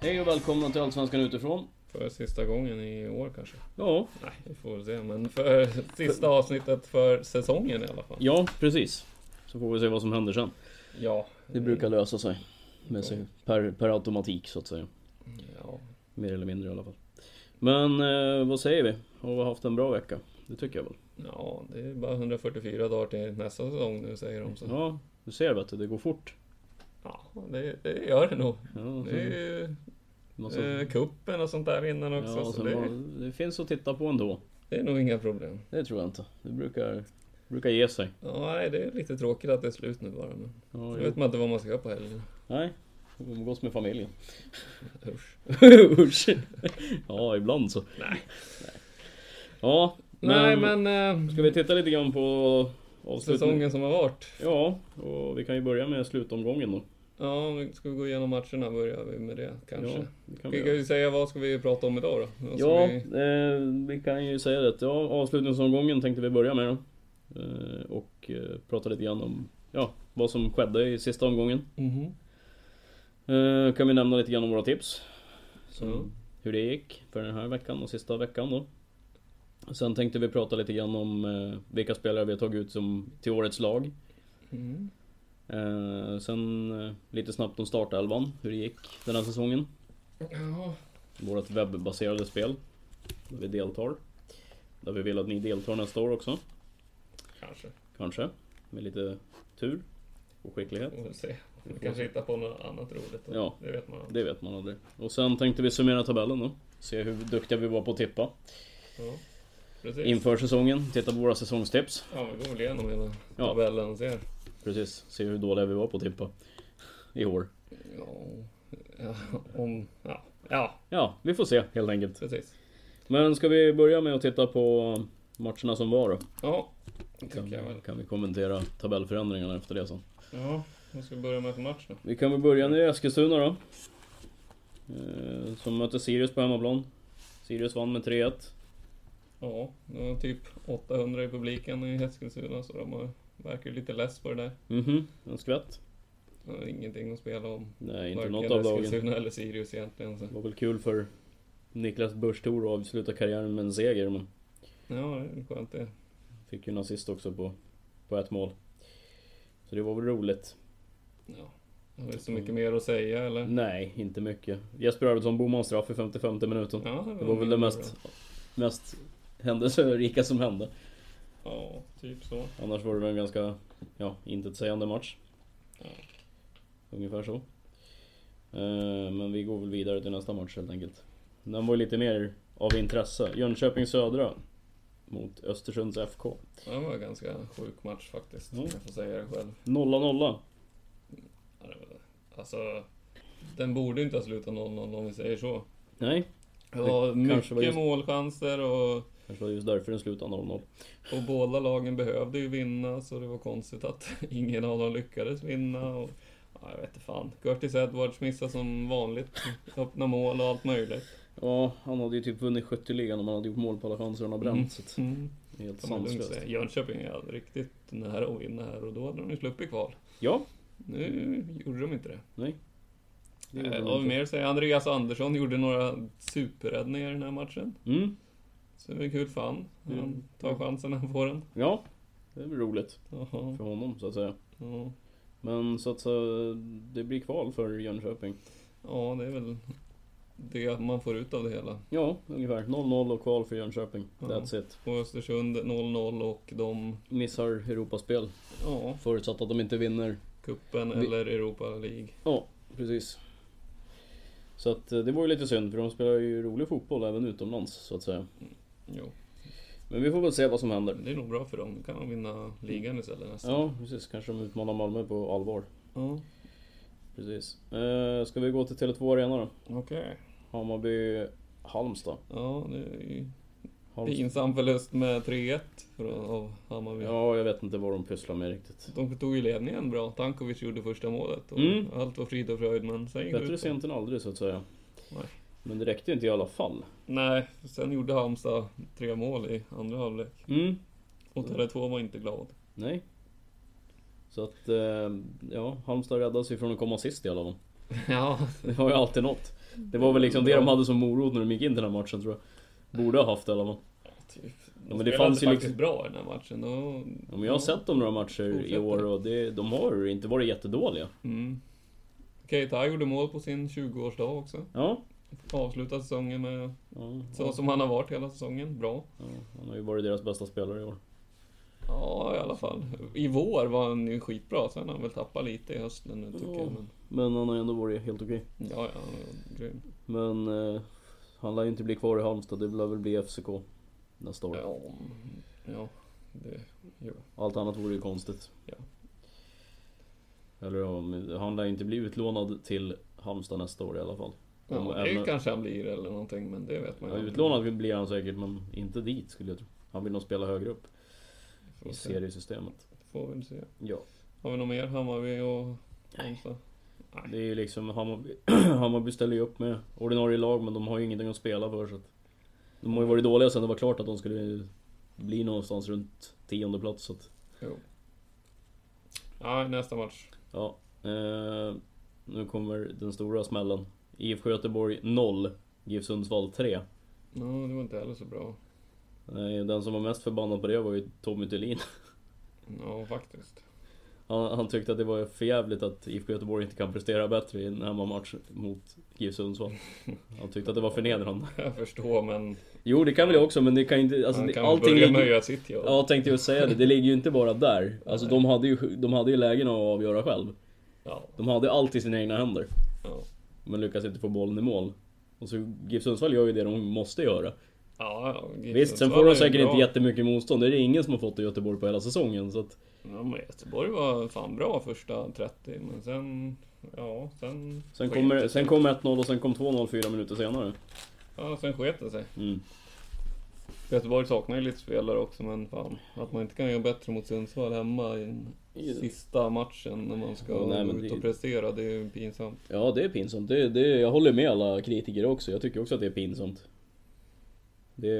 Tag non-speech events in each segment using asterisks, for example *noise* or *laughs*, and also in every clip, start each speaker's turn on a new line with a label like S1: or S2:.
S1: Hej och välkomna till Allsvenskan utifrån.
S2: För sista gången i år kanske?
S1: Ja,
S2: Nej, vi får väl se. Men för sista avsnittet för säsongen i alla fall.
S1: ja precis. Så får vi se vad som händer sen.
S2: Ja.
S1: Det brukar lösa sig. Med sig per, per automatik så att säga.
S2: ja.
S1: Mer eller mindre i alla fall. Men eh, vad säger vi? Har vi haft en bra vecka? Det tycker jag väl.
S2: Ja, det är bara 144 dagar till nästa säsong nu säger de. Så.
S1: Ja, du ser vet du, det går fort.
S2: Ja, det, det gör det nog.
S1: Ja,
S2: Det är
S1: så,
S2: ju
S1: massa,
S2: eh, kuppen och sånt där innan också.
S1: ja,
S2: så
S1: så
S2: det,
S1: man, det finns att titta på ändå.
S2: det är nog inga problem.
S1: Det tror jag inte. Det brukar, brukar ge sig.
S2: Ja, nej, det är lite tråkigt att det är slut nu bara. Men
S1: Ja,
S2: då
S1: jo.
S2: vet man inte vad man ska göra på helgen.
S1: Nej, umgås med familjen.
S2: *laughs* Usch.
S1: *laughs* Usch. ja, ibland så.
S2: Nej.
S1: Ja,
S2: Nej,
S1: men-
S2: men eh,
S1: Ska vi titta lite grann på
S2: säsongen som har varit.
S1: Ja, och vi kan ju börja med slutomgången då.
S2: Ja, nu ska vi gå igenom matcherna börjar vi med det kanske.
S1: Ja, det kan vi
S2: Vi kan
S1: göra.
S2: ju säga vad ska vi prata om idag då? Vad ska
S1: Ja,
S2: vi...
S1: eh, vi kan ju säga det. att, Ja, avslutningsomgången tänkte vi börja med då. Eh, och eh, prata lite grann om ja, vad som skedde i sista omgången.
S2: Mhm.
S1: Eh, kan vi nämna lite grann om våra tips. Som,
S2: Ja.
S1: Hur det gick för den här veckan och sista veckan då. Sen tänkte vi prata lite grann om eh, vilka spelare vi har tagit ut som, till årets lag.
S2: Mm.
S1: Eh, sen eh, lite snabbt om startelvan, hur det gick den här säsongen.
S2: Ja.
S1: Vårt webbaserade spel. Där vi deltar. Där vi vill att ni deltar nästa år också.
S2: Kanske.
S1: Kanske. Med lite tur och skicklighet.
S2: Vi får se. Vi kanske hittar på något annat roligt. då.
S1: Mm. Ja.
S2: Det vet man aldrig.
S1: Det vet man aldrig. Och sen tänkte vi summera tabellen då. Se hur duktiga vi var på att tippa
S2: Ja. Precis.
S1: inför säsongen. Titta på våra säsongstips.
S2: ja, vi går väl igenom hela
S1: Ja.
S2: tabellen och ser.
S1: Precis. Se hur dåliga vi var på att tippa. I år.
S2: Ja. Ja, om... ja. ja,
S1: Ja, vi får se helt enkelt.
S2: precis.
S1: Men ska vi börja med att titta på matcherna som var då?
S2: Ja, det tycker
S1: Kan,
S2: jag väl.
S1: kan vi kommentera tabellförändringarna efter det sen.
S2: Ja, nu ska vi börja med för match då.
S1: Vi kan väl börja nu i Eskilstuna då. Eh, Som mötte Sirius på hemmaplan. Sirius vann med 3-1.
S2: Ja, det var typ 800 i publiken i Eskilstuna så de har, verkar lite less på det där.
S1: Mhm, en skvätt.
S2: De har ingenting att spela om.
S1: Nej, inte
S2: Varken
S1: något av lagen.
S2: Eskilstuna eller Sirius egentligen. Så.
S1: Det var väl kul för Niklas Busch Thor att avsluta karriären med en seger, men
S2: Ja, det är skönt det.
S1: fick ju en assist också på, på ett mål. Så det var väl roligt.
S2: Ja. Har vi så mycket
S1: Mm.
S2: mer att säga eller?
S1: Nej, inte mycket. Jesper Arvidsson bommade en straff i 55 minuten.
S2: Ja,
S1: Det var väl det
S2: Mm,
S1: mest, mest händelserika som hände.
S2: Ja, typ så.
S1: Annars var det väl en ganska, ja, intetsägande match.
S2: Ja.
S1: Ungefär så. Eh, Men vi går väl vidare till nästa match helt enkelt. Den var ju lite mer av intresse. Jönköping Södra mot Östersunds FK.
S2: Det var en ganska sjuk match faktiskt, om
S1: Mm.
S2: jag får säga det själv.
S1: 0-0.
S2: Ja, det var- Alltså, den borde inte ha slutat 0-0 om vi säger så.
S1: Nej,
S2: Det var
S1: kanske
S2: mycket
S1: var just-
S2: målchanser och,
S1: kanske var det just därför den slutade 0-0.
S2: och båda lagen behövde ju vinna, så det var konstigt att *laughs* ingen av dem lyckades vinna. Och, ja, jag vet inte fan. Curtis Edwards missade som vanligt öppna mål och allt möjligt.
S1: Ja, han hade ju typ vunnit skytteligan om han hade gjort mål på alla chanser han har bränt. Så att
S2: Mm.
S1: Helt
S2: Kan man lugnt
S1: sanslöst.
S2: säga. Jönköping är riktigt nära att vinna här och då hade de ju sluppit kval.
S1: Ja,
S2: Nu gjorde de inte det.
S1: nej. Det gjorde
S2: Eh,
S1: de
S2: Och
S1: inte.
S2: mer säger Andreas Andersson gjorde några superräddningar i den här matchen.
S1: Mm,
S2: Så det är kul för han. Han tar chansen när han får den.
S1: ja. Det är väl roligt
S2: Ja,
S1: för honom så att säga.
S2: ja.
S1: Men så att säga, det blir kval för Jönköping.
S2: ja, det är väl det man får ut av det hela.
S1: Ja, ungefär. 0-0 och kval för Jönköping.
S2: Ja.
S1: That's it.
S2: Och Östersund 0-0 och de,
S1: Missar Europaspel.
S2: ja,
S1: Förutsatt att de inte vinner.
S2: kuppen
S1: Vi-
S2: eller Europa League.
S1: Ja, precis. Så att eh, det var ju lite synd för de spelar ju rolig fotboll även utomlands så att säga.
S2: Jo,
S1: Men vi får väl se vad som händer.
S2: men det är nog bra för dem. Då kan de vinna ligan istället nästan.
S1: Ja, precis. Kanske de utmanar Malmö på allvar.
S2: Ja,
S1: Precis. Eh, ska vi gå till Tele2 Arena då?
S2: okej.
S1: Hammarby Halmstad.
S2: Ja, det är ju
S1: Halmstad.
S2: pinsam förlust med 3-1 från, av Hammarby.
S1: Ja, jag vet inte vad de pysslar med riktigt.
S2: De tog ju ledningen bra. Tankovic gjorde första målet och
S1: Mm.
S2: allt var frid och fröjd men sen gick det
S1: Bättre
S2: ut-
S1: sent än aldrig så att säga.
S2: Nej.
S1: Men det räckte ju inte i alla fall.
S2: Nej, sen gjorde Halmstad tre mål i andra halvlek.
S1: Mm.
S2: Och Tele2 var
S1: *laughs*
S2: inte glad.
S1: Nej. Så att, eh, ja, Halmstad räddas ju från att komma sist i alla fall.
S2: Ja,
S1: Det var ju alltid något. Det var väl liksom det de hade som morot när de gick in till den här matchen tror jag. Borde ha haft i alla fall.
S2: typ. De
S1: men det
S2: spelade
S1: fanns ju
S2: faktiskt
S1: liksom-
S2: bra i den här matchen. Och...
S1: Ja, men jag har sett dem några matcher i
S2: Fortsätter.
S1: år och det, de har inte varit jättedåliga.
S2: Mm. Keita gjorde mål på sin 20-årsdag också.
S1: Ja.
S2: Avslutade säsongen med,
S1: Ja,
S2: så som han har varit hela säsongen, bra.
S1: ja, han har ju varit deras bästa spelare i år.
S2: Ja, i alla fall. I vår var han ju skitbra, sen har han väl tappat lite i hösten nu tycker jag. Men...
S1: Men han har ändå varit helt okej.
S2: Ja, ja, han var grym.
S1: Men eh, han lär ju inte bli kvar i Halmstad. Det lär väl bli FCK nästa år.
S2: Ja, ja, det... Jo.
S1: Allt annat vore ju konstigt.
S2: Ja.
S1: Eller om, han lär ju inte bli utlånad till Halmstad nästa år i alla fall.
S2: Ja,
S1: Om-
S2: det
S1: även-
S2: kanske han blir eller någonting, men det vet man
S1: Ja,
S2: aldrig.
S1: utlånad blir han säkert men inte dit skulle jag tro. Han vill nog spela högre upp
S2: Får
S1: i
S2: vi se.
S1: seriesystemet.
S2: Får vi se.
S1: Ja.
S2: Har vi något mer? Hammarby och Halmstad?
S1: Det är ju liksom Hammarby, *clears throat* Hammarby ställer ju upp med ordinarie lag men de har ju ingenting att spela för så att De har ju varit dåliga sen det var klart att de skulle bli någonstans runt tionde plats så att
S2: Jo. Ja, nästa match.
S1: Ja. Eh, nu kommer den stora smällen. IFK Göteborg 0. GIF Sundsvall 3.
S2: Ja, det var inte heller så bra.
S1: Nej, Eh, Den som var mest förbannad på det var ju Tommy Thulin. *laughs*
S2: Ja, faktiskt. *laughs*
S1: Han, han tyckte att det var för jävligt att IFK Göteborg inte kan prestera bättre i en hemmamatch mot GIF Sundsvall. Han tyckte att det var förnedrande.
S2: Jag förstår, men
S1: Jo, det kan väl jag också, men det kan ju inte... Alltså,
S2: han
S1: det,
S2: kan
S1: allting
S2: allting börja med att
S1: ligger,
S2: göra sitt jobb.
S1: Ja, tänkte jag säga det. Det ligger ju inte bara där. Alltså, de hade ju, de hade ju lägen att avgöra själv.
S2: Ja,
S1: De hade allt i sina egna händer.
S2: ja.
S1: Men lyckas inte få bollen i mål. Och så GIF Sundsvall gör ju det de måste göra.
S2: ja, ja
S1: Visst, sen får de säkert inte jättemycket motstånd. Det är det ingen som har fått i Göteborg på hela säsongen. Så att,
S2: Ja, men Göteborg var fan bra första 30, men sen... Ja, sen...
S1: sen,
S2: sket-
S1: kommer, sen kom 1-0 och sen kom 2-0 fyra minuter senare.
S2: Ja, sen sket det sig.
S1: Mm.
S2: Göteborg saknar ju lite spelare också, men fan. Att man inte kan göra bättre mot Sundsvall hemma i
S1: Ja.
S2: sista matchen när man ska
S1: Ja, nej,
S2: gå
S1: men
S2: ut
S1: det-
S2: och prestera, det är ju pinsamt.
S1: Ja, det är pinsamt. Det, det, jag håller med alla kritiker också. Jag tycker också att det är pinsamt. Det,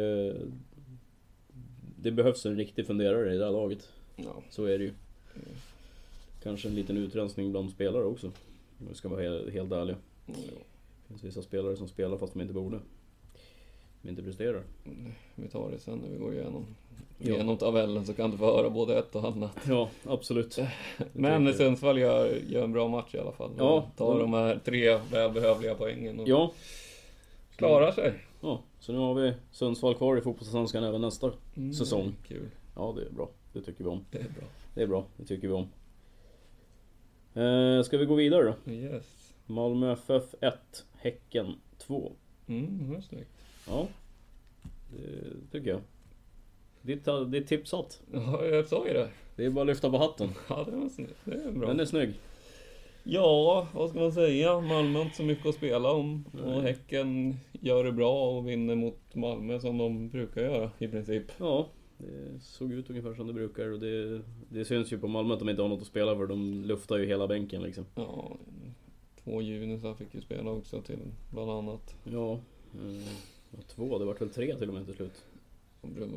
S1: det behövs en riktig funderare i det här laget.
S2: Ja,
S1: Så är det ju. Kanske en liten utrensning bland spelare också. Om vi ska vara helt, helt ärliga.
S2: jo.
S1: Det finns vissa spelare som spelar fast de inte borde. De inte *laughs* presterar.
S2: vi tar det sen när vi går igenom,
S1: Ja.
S2: igenom tabellen så kan du få höra både ett och annat.
S1: Ja, absolut.
S2: Men
S1: tänker jag.
S2: Sundsvall gör, gör en bra match i alla fall.
S1: Ja,
S2: tar
S1: de-
S2: de här tre välbehövliga poängen och
S1: Ja,
S2: klarar sig.
S1: ja, så nu har vi Sundsvall kvar i Fotbollsallsvenskan även nästa
S2: Mm,
S1: Säsong.
S2: Kul,
S1: Ja, det är bra. Det tycker vi om.
S2: det är bra.
S1: Det är bra, det tycker vi om. Eh, ska vi gå vidare då?
S2: Yes.
S1: Malmö FF 1, Häcken 2.
S2: Mm, det var snyggt.
S1: Ja, det tycker jag. Ditt, ditt tips satt.
S2: Ja, jag sa ju det.
S1: Det är bara att lyfta på hatten.
S2: Ja, det var snyggt. Det är bra.
S1: Den är snygg.
S2: Ja, vad ska man säga? Malmö har inte så mycket att spela om. Och Häcken gör det bra och vinner mot Malmö som de brukar göra i princip.
S1: Ja, det såg ut ungefär som det brukar och det, det syns ju på Malmö att de inte har något att spela för. De luftar ju hela bänken liksom.
S2: Ja, två junisar fick ju spela också till bland annat.
S1: Ja, eh, ja, två. Det vart väl tre till och med till slut.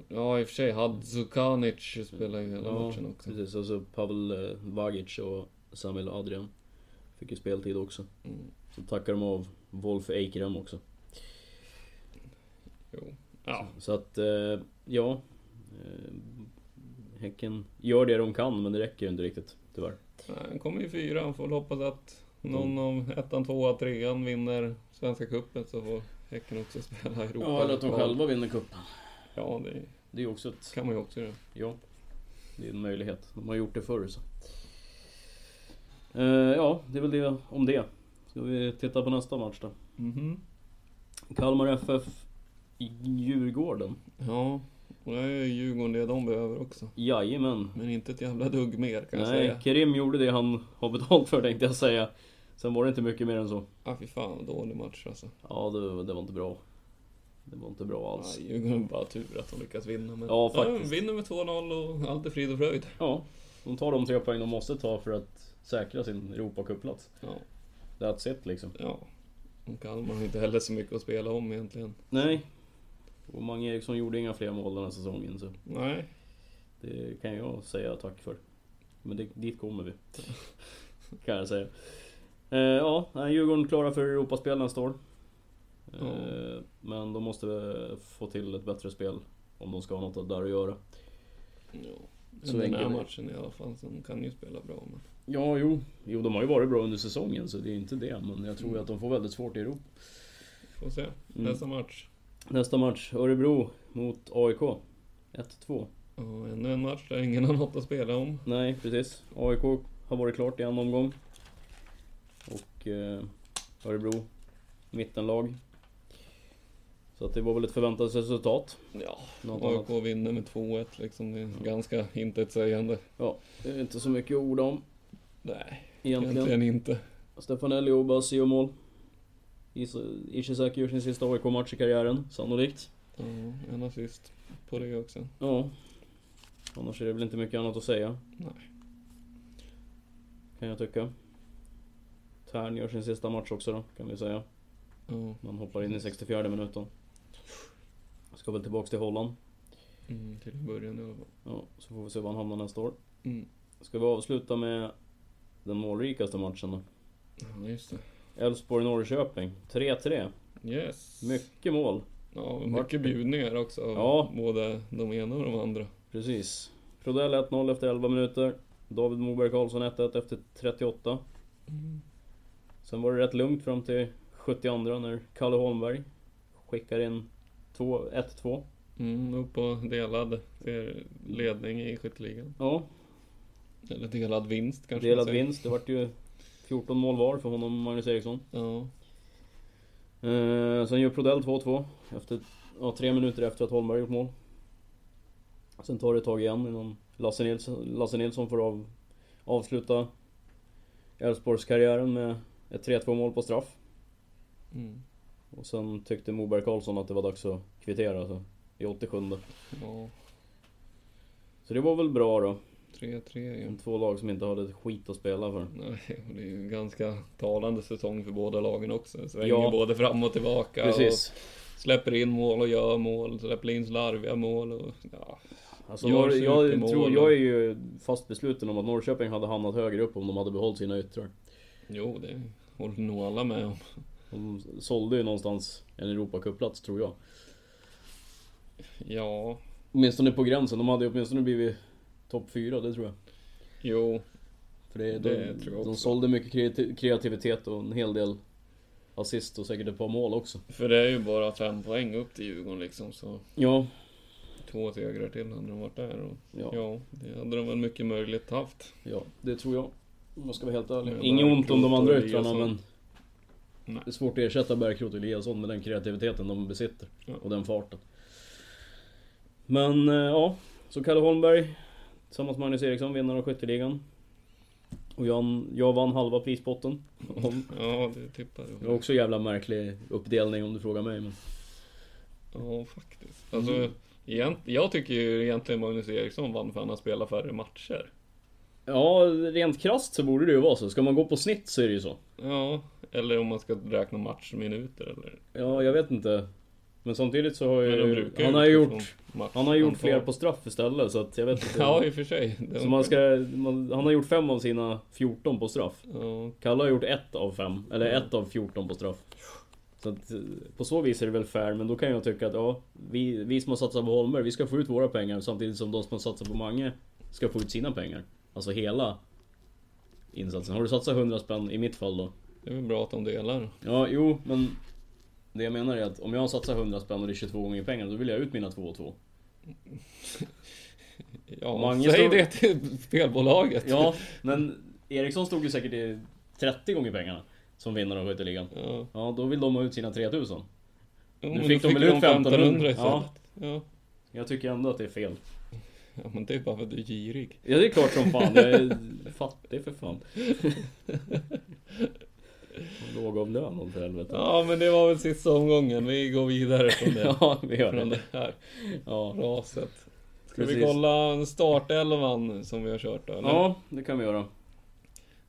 S2: Ja, i och för sig. Hadzukanic spelar ju hela
S1: Ja,
S2: matchen också.
S1: precis. Och så Pavel eh, Vagic och Samuel Adrian fick ju speltid också.
S2: Mm.
S1: Så tackar de av Wolf Eikrem också.
S2: Jo. Ja,
S1: Så att, eh, ja. eh, Häcken gör det de kan, men det räcker ju inte riktigt, tyvärr.
S2: Nej, han kommer ju fyra. Han får väl hoppas att någon
S1: Mm.
S2: av ettan, tvåan, trean vinner Svenska cupen så får Häcken också spela i Europa.
S1: vinner cupen.
S2: Ja, det
S1: Det är ju också ett,
S2: kan man ju också göra.
S1: ja. Det är en möjlighet. De har gjort det förr så. Eh, ja, det är väl det om det. Ska vi titta på nästa match då?
S2: Mhm.
S1: Kalmar FF Djurgården.
S2: Ja, och det är ju Djurgården det de behöver också.
S1: Jajamän.
S2: Men inte ett jävla dugg mer kan jag
S1: Nej,
S2: säga.
S1: Kerim gjorde det han har betalt för tänkte jag säga. Sen var det inte mycket mer än så.
S2: Ah, fy fan vad dålig match alltså.
S1: Ja, det, det var inte bra. Det var inte bra
S2: Ah,
S1: alls.
S2: Djurgården bara tur att de lyckas vinna. Men...
S1: Ja, faktiskt.
S2: vinner med 2-0 och allt är frid och fröjd.
S1: Ja, de tar de tre poäng de måste ta för att säkra sin Europacupplats.
S2: Ja,
S1: That's it liksom.
S2: ja. Och Kalmar har inte heller så mycket att spela om egentligen.
S1: Nej. Och Mange Eriksson gjorde inga fler mål den här säsongen så
S2: Nej,
S1: det kan jag säga tack för. Men det, dit kommer *laughs* vi. kan jag säga. Eh, ja, nej, Djurgården klara för Europaspel nästa år. Eh,
S2: Ja.
S1: Men de måste eh, få till ett bättre spel om de ska ha något där att göra.
S2: Ja.
S1: Så
S2: den här
S1: enkel är det.
S2: matchen i alla fall, så de kan ju spela bra. Men...
S1: Ja, jo. Mm. Jo, de har ju varit bra under säsongen så det är inte det. Men jag tror ju att de får väldigt svårt i Europa.
S2: Får
S1: Mm.
S2: se. Nästa match.
S1: Nästa match, Örebro mot AIK. 1-2.
S2: Ja, ännu en match där ingen har något att spela om.
S1: Nej, precis. AIK har varit klart i en omgång. Och eh, Örebro, mittenlag. Så att det var väl ett förväntat resultat.
S2: Ja,
S1: Något annat.
S2: AIK vinner med 2-1 liksom. Det är ganska intetsägande.
S1: Ja, det är inte så mycket att orda om
S2: Nej,
S1: egentligen.
S2: egentligen inte.
S1: Stefanelli och Basio mål. Is- Ishizaki gör sin sista AIK-match i karriären, sannolikt.
S2: Ja, en assist på det också.
S1: Ja. Annars är det väl inte mycket annat att säga.
S2: Nej.
S1: Kan jag tycka. Tern gör sin sista match också då, kan vi säga.
S2: Ja.
S1: Man hoppar in i 64 minuten. Ska väl tillbaks till Holland.
S2: Mm, till början i alla fall.
S1: Ja, så får vi se var han hamnar nästa år.
S2: Mm.
S1: Ska vi avsluta med den målrikaste matchen då?
S2: Ja, just det.
S1: Elfsborg-Norrköping. 3-3.
S2: Yes.
S1: Mycket mål.
S2: Ja, mycket bjudningar också av
S1: Ja.
S2: både de ena och de andra.
S1: Precis. Prodell 1-0 efter 11 minuter. David Moberg Karlsson 1-1 efter 38. Sen var det rätt lugnt fram till 72 när Kalle Holmberg skickar in 2 1-2.
S2: Mm, upp på delad ser ledning i skytteligan.
S1: Ja,
S2: Eller delad vinst kanske man
S1: delad
S2: säger.
S1: vinst. Det vart ju 14 mål var för honom och Magnus Eriksson.
S2: Ja.
S1: Eh, sen gör Prodell 2-2 efter, ja, tre minuter efter att Holmberg gjort mål. Sen tar det ett tag igen innan Lasse Nilsson, Lasse Nilsson får av, avsluta Elfsborgskarriären med ett 3-2 mål på straff.
S2: Mm.
S1: Och sen tyckte Moberg Karlsson att det var dags att kvittera så, i 87
S2: Ja,
S1: Så det var väl bra då.
S2: 3-3 ju.
S1: De två lag som inte hade ett skit att spela för.
S2: Nej, och det är ju en ganska talande säsong för båda lagen också. Det Svänger
S1: Ja.
S2: både fram och tillbaka.
S1: Precis.
S2: Och släpper in mål och gör mål. Släpper in slarviga mål och... Ja.
S1: Alltså,
S2: Gör
S1: Norr, jag,
S2: supermål.
S1: tror, jag är ju fast besluten om att Norrköping hade hamnat högre upp om de hade behållit sina yttrar.
S2: Jo, det håller nog alla med om.
S1: De sålde ju någonstans en Europacup-plats tror jag.
S2: Ja,
S1: Åtminstone på gränsen, de hade ju åtminstone blivit topp fyra, det tror jag.
S2: jo.
S1: För det,
S2: Det
S1: de,
S2: tror jag
S1: de
S2: också.
S1: sålde mycket kreati- kreativitet och en hel del assist och säkert ett par mål också.
S2: För det är ju bara fem poäng upp till Djurgården liksom. Så
S1: Ja,
S2: två segrar till hade de varit där. Och,
S1: ja,
S2: ja.
S1: ja,
S2: det hade de väl mycket möjligt haft.
S1: det tror jag. Om jag ska vara helt ärlig.
S2: Men
S1: Inget ont om de
S2: Bärkroth
S1: andra
S2: och
S1: yttrarna men...
S2: Eliasson. Nej.
S1: Det är svårt att ersätta Bärkroth och Eliasson med den kreativiteten de besitter.
S2: Ja.
S1: Och den farten. Men eh, ja, så Kalle Holmberg tillsammans med Magnus Eriksson vinner av skytteligan. Och jag, jag vann halva prispotten. Om-
S2: Ja, det tippar
S1: Det var
S2: jag.
S1: också en jävla märklig uppdelning om du frågar mig. Men...
S2: Ja, faktiskt. Alltså,
S1: Mm.
S2: egent, jag tycker ju egentligen Magnus Eriksson vann för han har spelat färre matcher.
S1: Ja, rent krasst så borde det ju vara så. Ska man gå på snitt så är det ju så.
S2: Ja, eller om man ska räkna matchminuter eller...
S1: Ja, jag vet inte Men samtidigt så har
S2: Men de
S1: ju...
S2: brukar
S1: Eh, Han har ju
S2: utgå
S1: gjort...
S2: från match-
S1: Han har gjort
S2: antal.
S1: fler på straff istället så att jag vet inte.
S2: *laughs* Ja, i och för sig. Det
S1: så man ska, man, han har gjort fem av sina 14 på straff.
S2: Ja,
S1: Kalle har gjort ett av fem, eller ett av 14 på straff. Så att, eh, på så vis är det väl fair, men då kan jag tycka att ja, vi, vi som har satsat på Holmberg, vi ska få ut våra pengar samtidigt som de som har satsat på Mange ska få ut sina pengar. Alltså hela insatsen. Har du satsat 100 spänn i mitt fall då?
S2: det är väl bra att de delar.
S1: Ja, jo, men det jag menar är att om jag satsar 100 spänn och det är 22 gånger pengarna, då vill jag ut mina 2 och 2.
S2: Ja,
S1: Mange
S2: säg
S1: står-
S2: det till spelbolaget.
S1: Ja, *laughs* men Eriksson stod ju säkert i 30 gånger pengarna som vinnare av skytteligan.
S2: Ja.
S1: Ja, då vill de ha ut sina 3000.
S2: Jo,
S1: Nu
S2: men
S1: fick
S2: då
S1: de väl ut 1500
S2: istället. Ja. Ja.
S1: Jag tycker ändå att det är fel.
S2: ja, men det är bara för att du är girig.
S1: Ja, det är klart som fan. Jag är fattig för *laughs* fan. Lågavlönad för helvete.
S2: Ja, men det var väl sista omgången. Vi går vidare från *laughs* det,
S1: Ja, *laughs* vi gör
S2: från
S1: det.
S2: det här
S1: Ja,
S2: raset. Ska vi
S1: Precis.
S2: kolla startelvan som vi har kört då, eller?
S1: ja det kan vi göra.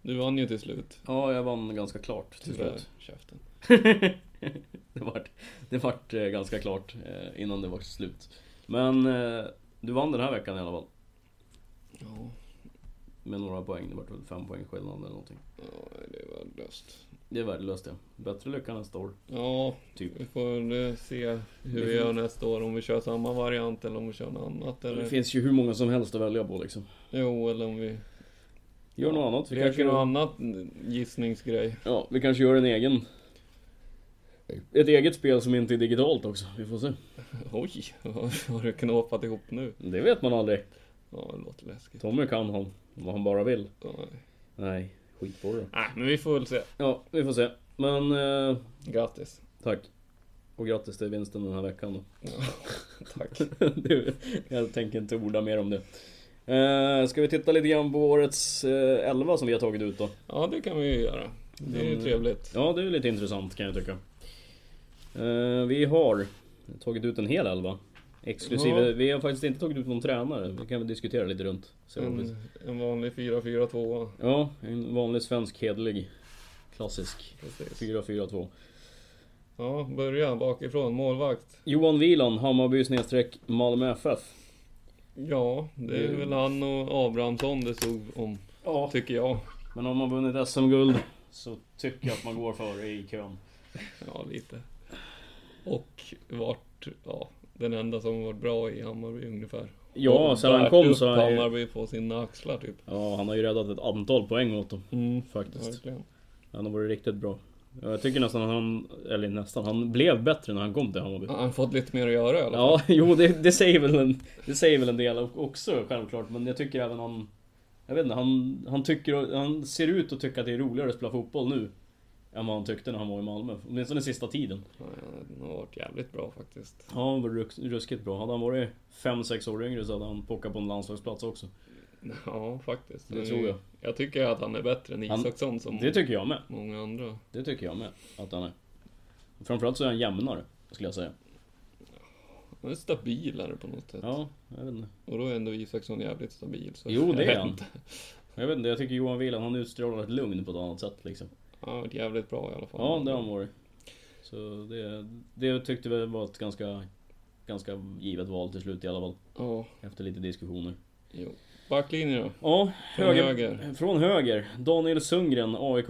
S2: Du vann ju till slut.
S1: Ja, jag vann ganska klart till
S2: Tyvärr.
S1: slut. *laughs*
S2: Käften.
S1: det vart, det vart eh, ganska klart eh, innan det var slut. Men eh, du vann den här veckan i alla fall.
S2: Ja,
S1: Med några poäng. Det vart väl fem poäng skillnad eller någonting.
S2: ja, det var löst.
S1: Det är värdelöst det. Bättre lycka nästa år.
S2: Ja,
S1: Typ.
S2: vi får eh, se hur vi gör nästa år. Om vi kör samma variant eller om vi kör något annat. Eller...
S1: Det finns ju hur många som helst att välja på liksom.
S2: Jo, eller om vi
S1: Gör något annat. Vi
S2: leker
S1: Alltså, kanske,
S2: något annat gissningsgrej. *laughs*
S1: ja, vi kanske gör en egen... Ett eget spel som inte är digitalt också. Vi får se.
S2: Oj, vad har du knåpat ihop nu?
S1: Det vet man aldrig.
S2: Ja, det låter läskigt.
S1: Tommy kan han. Vad han bara vill.
S2: Ja.
S1: Nej, skit på det.
S2: Nej, men vi får väl se.
S1: Ja, vi får se. Men eh,
S2: Grattis.
S1: tack. Och grattis till vinsten den här veckan då. *laughs*
S2: Tack.
S1: Du, jag tänker inte orda mer om det. Eh, ska vi titta lite grann på årets eh, 11 som vi har tagit ut då?
S2: Ja, det kan vi ju göra. Det är
S1: Mm.
S2: ju trevligt.
S1: Ja, det är lite intressant kan jag tycka. Eh, vi har tagit ut en hel elva. Exklusive,
S2: Ja.
S1: vi har faktiskt inte tagit ut någon tränare. Vi kan väl diskutera lite runt. Så
S2: En, en vanlig 4-4-2.
S1: Ja, en vanlig svensk hederlig klassisk
S2: Precis.
S1: 4-4-2.
S2: Ja, börja bakifrån. Målvakt.
S1: Johan Wieland, Hammarby snedstreck Malmö FF.
S2: Ja, det är
S1: Mm.
S2: väl han och Abrahamsson det stod om,
S1: Ja,
S2: tycker jag.
S1: men om man vunnit SM-guld så tycker jag att man går före i kön.
S2: Ja, lite. Och vart, ja, den enda som varit bra i Hammarby ungefär.
S1: Ja,
S2: Och
S1: sen han
S2: bärt
S1: kom
S2: upp
S1: så har han ju...
S2: Hammarby på sina axlar typ.
S1: Ja, han har ju räddat ett antal poäng åt dem.
S2: Mm,
S1: Faktiskt.
S2: verkligen.
S1: Han har varit riktigt bra. Jag tycker nästan att han, eller nästan, han blev bättre när han kom till Hammarby.
S2: Ja, Han har fått lite mer att göra i alla fall.
S1: Ja, *laughs* jo det, det, säger väl en, det säger väl en del också självklart, men jag tycker även han... Jag vet inte, han, han, tycker, han ser ut att tycka att det är roligare att spela fotboll nu än vad han tyckte när han var i Malmö. Åtminstone sista tiden.
S2: Ja, Han har varit jävligt bra faktiskt. *laughs*
S1: Ja, han var rux- ruskigt bra. Hade han varit 5-6 år yngre så hade han pockat på en landslagsplats också.
S2: Ja, faktiskt.
S1: Det tror jag.
S2: Jag tycker att han är bättre än
S1: Han-
S2: Isaksson som
S1: Det tycker jag med.
S2: många andra.
S1: Det tycker jag med att han är. Framförallt så är han jämnare, skulle jag säga.
S2: Han är stabilare på något sätt.
S1: Ja, jag vet inte.
S2: Och då är ändå Isaksson jävligt stabil. Så
S1: Jo, det
S2: jag
S1: är
S2: vet
S1: han.
S2: inte.
S1: Jag vet inte, jag tycker Johan Wieland, han utstrålar ett lugn på ett annat sätt liksom.
S2: Han har varit jävligt bra i alla fall.
S1: Ja, det har han varit. Så det, det tyckte vi var ett ganska, ganska givet val till slut i alla fall.
S2: Ja,
S1: Efter lite diskussioner.
S2: jo. Backlinje då?
S1: Ja,
S2: Från
S1: höger,
S2: höger.
S1: Från höger. Daniel Sundgren, AIK.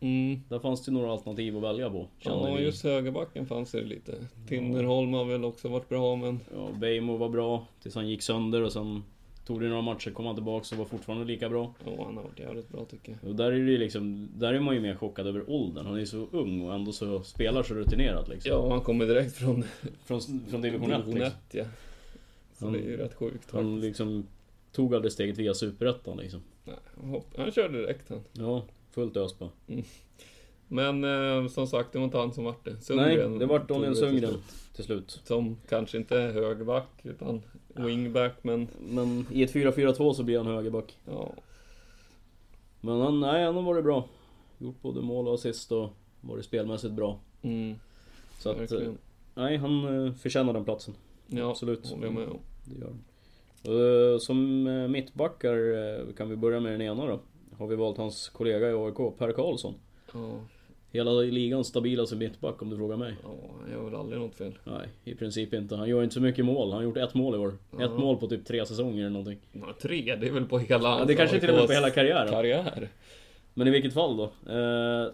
S2: Mm.
S1: Där fanns det några alternativ att välja på. kände
S2: Ja,
S1: vi.
S2: just högerbacken fanns det lite. Tinnerholm har väl också varit bra, men
S1: Ja, Bejmo var bra tills han gick sönder och sen tog det några matcher, kom han tillbaka och var fortfarande lika bra.
S2: ja, han har varit jävligt bra tycker jag.
S1: Och där är det ju liksom, där är man ju mer chockad över åldern. Han är ju så ung och ändå så spelar så rutinerat liksom.
S2: Ja, han kommer direkt från
S1: Från, från division 1
S2: division
S1: liksom.
S2: 1, ja. Så
S1: Han-
S2: det är ju rätt sjukt
S1: Han
S2: faktiskt.
S1: liksom tog aldrig steget via superettan liksom.
S2: Nej, han hopp- Han körde direkt han.
S1: Ja, fullt ös på.
S2: Men eh, som sagt, det var inte han som vart det.
S1: Nej,
S2: Sundgren
S1: det var Daniel
S2: tog det till
S1: Sundgren
S2: slut.
S1: till slut.
S2: Som kanske inte är högerback, utan wingback, men
S1: Men i ett 4-4-2 så blir han högerback.
S2: ja.
S1: Men han, nej, han har varit bra. Gjort både mål och assist och varit spelmässigt bra.
S2: Mm,
S1: Så att, eh,
S2: verkligen.
S1: nej, han eh, förtjänar den platsen.
S2: Ja,
S1: absolut.
S2: håller jag med om.
S1: Det gör han. Eh, Som eh, mittbackar eh, kan vi börja med den ena då. Har vi valt hans kollega i AIK, Per Karlsson.
S2: Ja,
S1: hela ligans stabilaste mittback om du frågar mig.
S2: Ja, han gör väl aldrig något fel.
S1: Nej, i princip inte. Han gör inte så mycket mål. Han har gjort ett mål i år. Ett mål på typ tre säsonger eller någonting.
S2: Ja, tre, det är väl på hela
S1: Ja, det kanske till och med på hela karriären.
S2: karriär.
S1: Men i vilket fall då. Eh,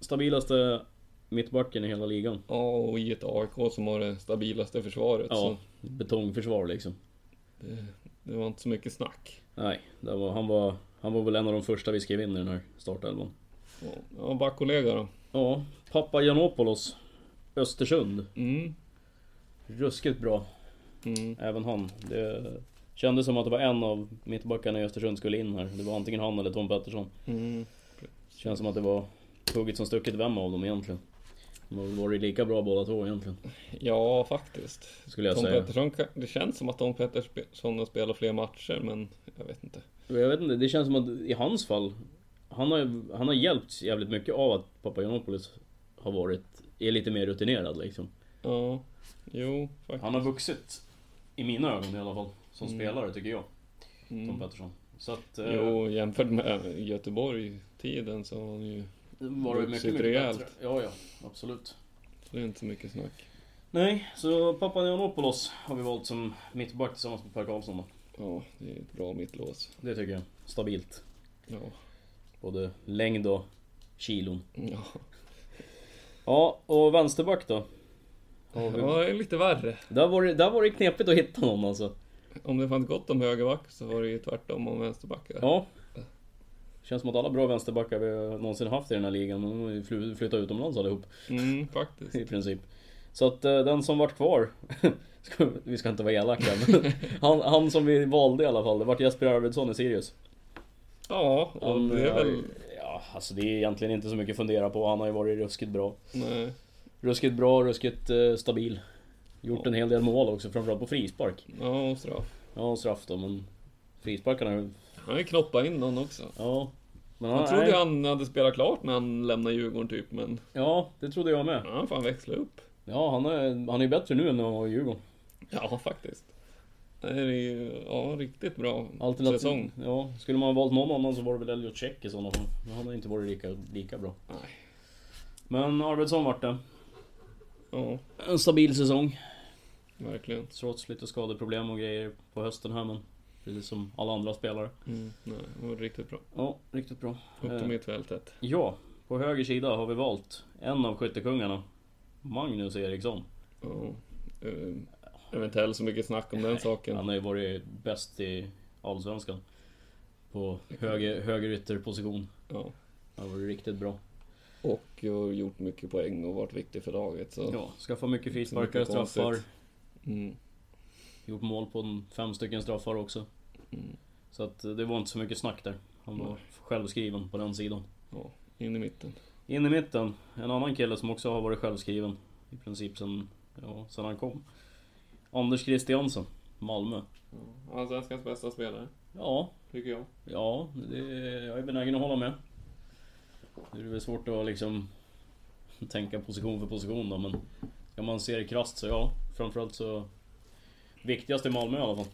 S1: stabilaste mittbacken i hela ligan.
S2: Ja, och i ett AIK som har det stabilaste försvaret.
S1: Ja,
S2: Så
S1: betongförsvar liksom.
S2: det var inte så mycket snack.
S1: Nej, det var, han, var, han var väl en av de första vi skrev in i den här startelvan.
S2: Ja, Ja, backkollega då.
S1: Ja, pappa Janopoulos. Östersund.
S2: Mm.
S1: Ruskigt bra.
S2: Mm.
S1: Även han. Det kändes som att det var en av mittbackarna i Östersund skulle in här. Det var antingen han eller Tom Pettersson.
S2: Mm.
S1: Känns som att det var hugget som stucket vem av dem egentligen. De har väl varit lika bra båda två egentligen.
S2: Ja, faktiskt.
S1: Skulle jag
S2: Tom
S1: säga.
S2: Pettersson, kan- det känns som att Tom Pettersson har spelat fler matcher, men jag vet inte.
S1: Jag vet inte, det känns som att i hans fall Han har, han har hjälpts jävligt mycket av att Papagiannopoulos Har varit, är lite mer rutinerad liksom
S2: Ja, jo, faktiskt.
S1: Han har vuxit I mina ögon i alla fall Som
S2: Mm.
S1: spelare tycker jag Tom Pettersson Så att eh,
S2: Jo, jämfört med äh, Göteborg-tiden så har han ju...
S1: var det mycket,
S2: vuxit
S1: mycket
S2: rejält.
S1: bättre Ja ja, absolut
S2: Så det är inte så mycket snack.
S1: Nej, så Papagiannopoulos har vi valt som mittback tillsammans med Per Karlsson då
S2: Ja, det är ett bra mittlås.
S1: Det tycker jag, stabilt
S2: Ja.
S1: Både längd och kilon
S2: Ja.
S1: Ja, och vänsterback då? Har vi...
S2: ja, det är lite värre.
S1: Där, var det, där var det knepigt att hitta någon alltså
S2: Om det fanns gott om högerback så var det ju tvärtom om vänsterbackar.
S1: Ja. Känns som att alla bra vänsterbackar vi har någonsin haft i den här ligan, de har ju fly- flyttat utomlands allihop
S2: Mm,
S1: *laughs*
S2: faktiskt.
S1: i princip. Så att eh, den som vart kvar, *laughs* ska- vi ska inte vara elaka men *laughs* han, han som vi valde i alla fall, det vart Jesper Arvidsson i Sirius.
S2: Ja, och
S1: Han,
S2: det är
S1: eh,
S2: väl...
S1: Ja, alltså det är egentligen inte så mycket att fundera på, han har ju varit ruskigt bra.
S2: Nej.
S1: Ruskigt bra, ruskigt eh, stabil. Gjort en hel del mål också, framförallt på frispark.
S2: Ja, och straff.
S1: Ja, och straff då men frisparkarna... är ju-
S2: Han har ju knoppat in någon också.
S1: Ja. Men
S2: Jag
S1: nej.
S2: trodde han hade spelat klart när han lämnade Djurgården typ, men
S1: Ja, det trodde jag med.
S2: ja, han fan växla upp.
S1: Ja, han är, han är bättre nu än när han var i Djurgården.
S2: Ja, faktiskt. Det är ju, ja, riktigt bra
S1: Alternativ-
S2: säsong.
S1: Ja, skulle man ha valt någon annan så var det väl Elliot Check i sådana fall. Men han har inte varit lika, lika bra.
S2: Nej.
S1: Men Arvidsson vart det.
S2: Ja,
S1: En stabil säsong.
S2: verkligen.
S1: Trots lite skadeproblem och grejer på hösten här men. Precis som alla andra spelare.
S2: Mm, nej, det var riktigt bra.
S1: Ja, riktigt bra.
S2: Upp
S1: Eh.
S2: till mittfältet.
S1: Ja, på höger sida har vi valt en av skyttekungarna. Magnus Eriksson.
S2: Ja. eh, Jag vet inte heller så mycket snack om den
S1: Han
S2: saken.
S1: har ju varit bäst i Allsvenskan. På höger, höger ytterposition.
S2: Ja.
S1: Han var riktigt bra.
S2: Och jag har gjort mycket poäng och varit viktig för laget. Så.
S1: Ja, skaffa mycket frisparkar,
S2: mycket konstigt.
S1: straffar.
S2: Mm.
S1: Gjort mål på en, fem stycken straffar också.
S2: Mm.
S1: Så att eh, det var inte så mycket snack där. Han var
S2: Nej.
S1: självskriven på den sidan.
S2: Ja, in i mitten.
S1: In i mitten, en annan kille som också har varit självskriven. I princip sen, ja, sen han kom. Anders Christiansen, Malmö.
S2: Allsvenskans bästa spelare,
S1: Ja,
S2: tycker jag.
S1: ja, det, jag är benägen att hålla med. Det är väl svårt att liksom tänka position för position då, men ska man se det krasst så ja, framförallt så viktigast i Malmö i alla fall.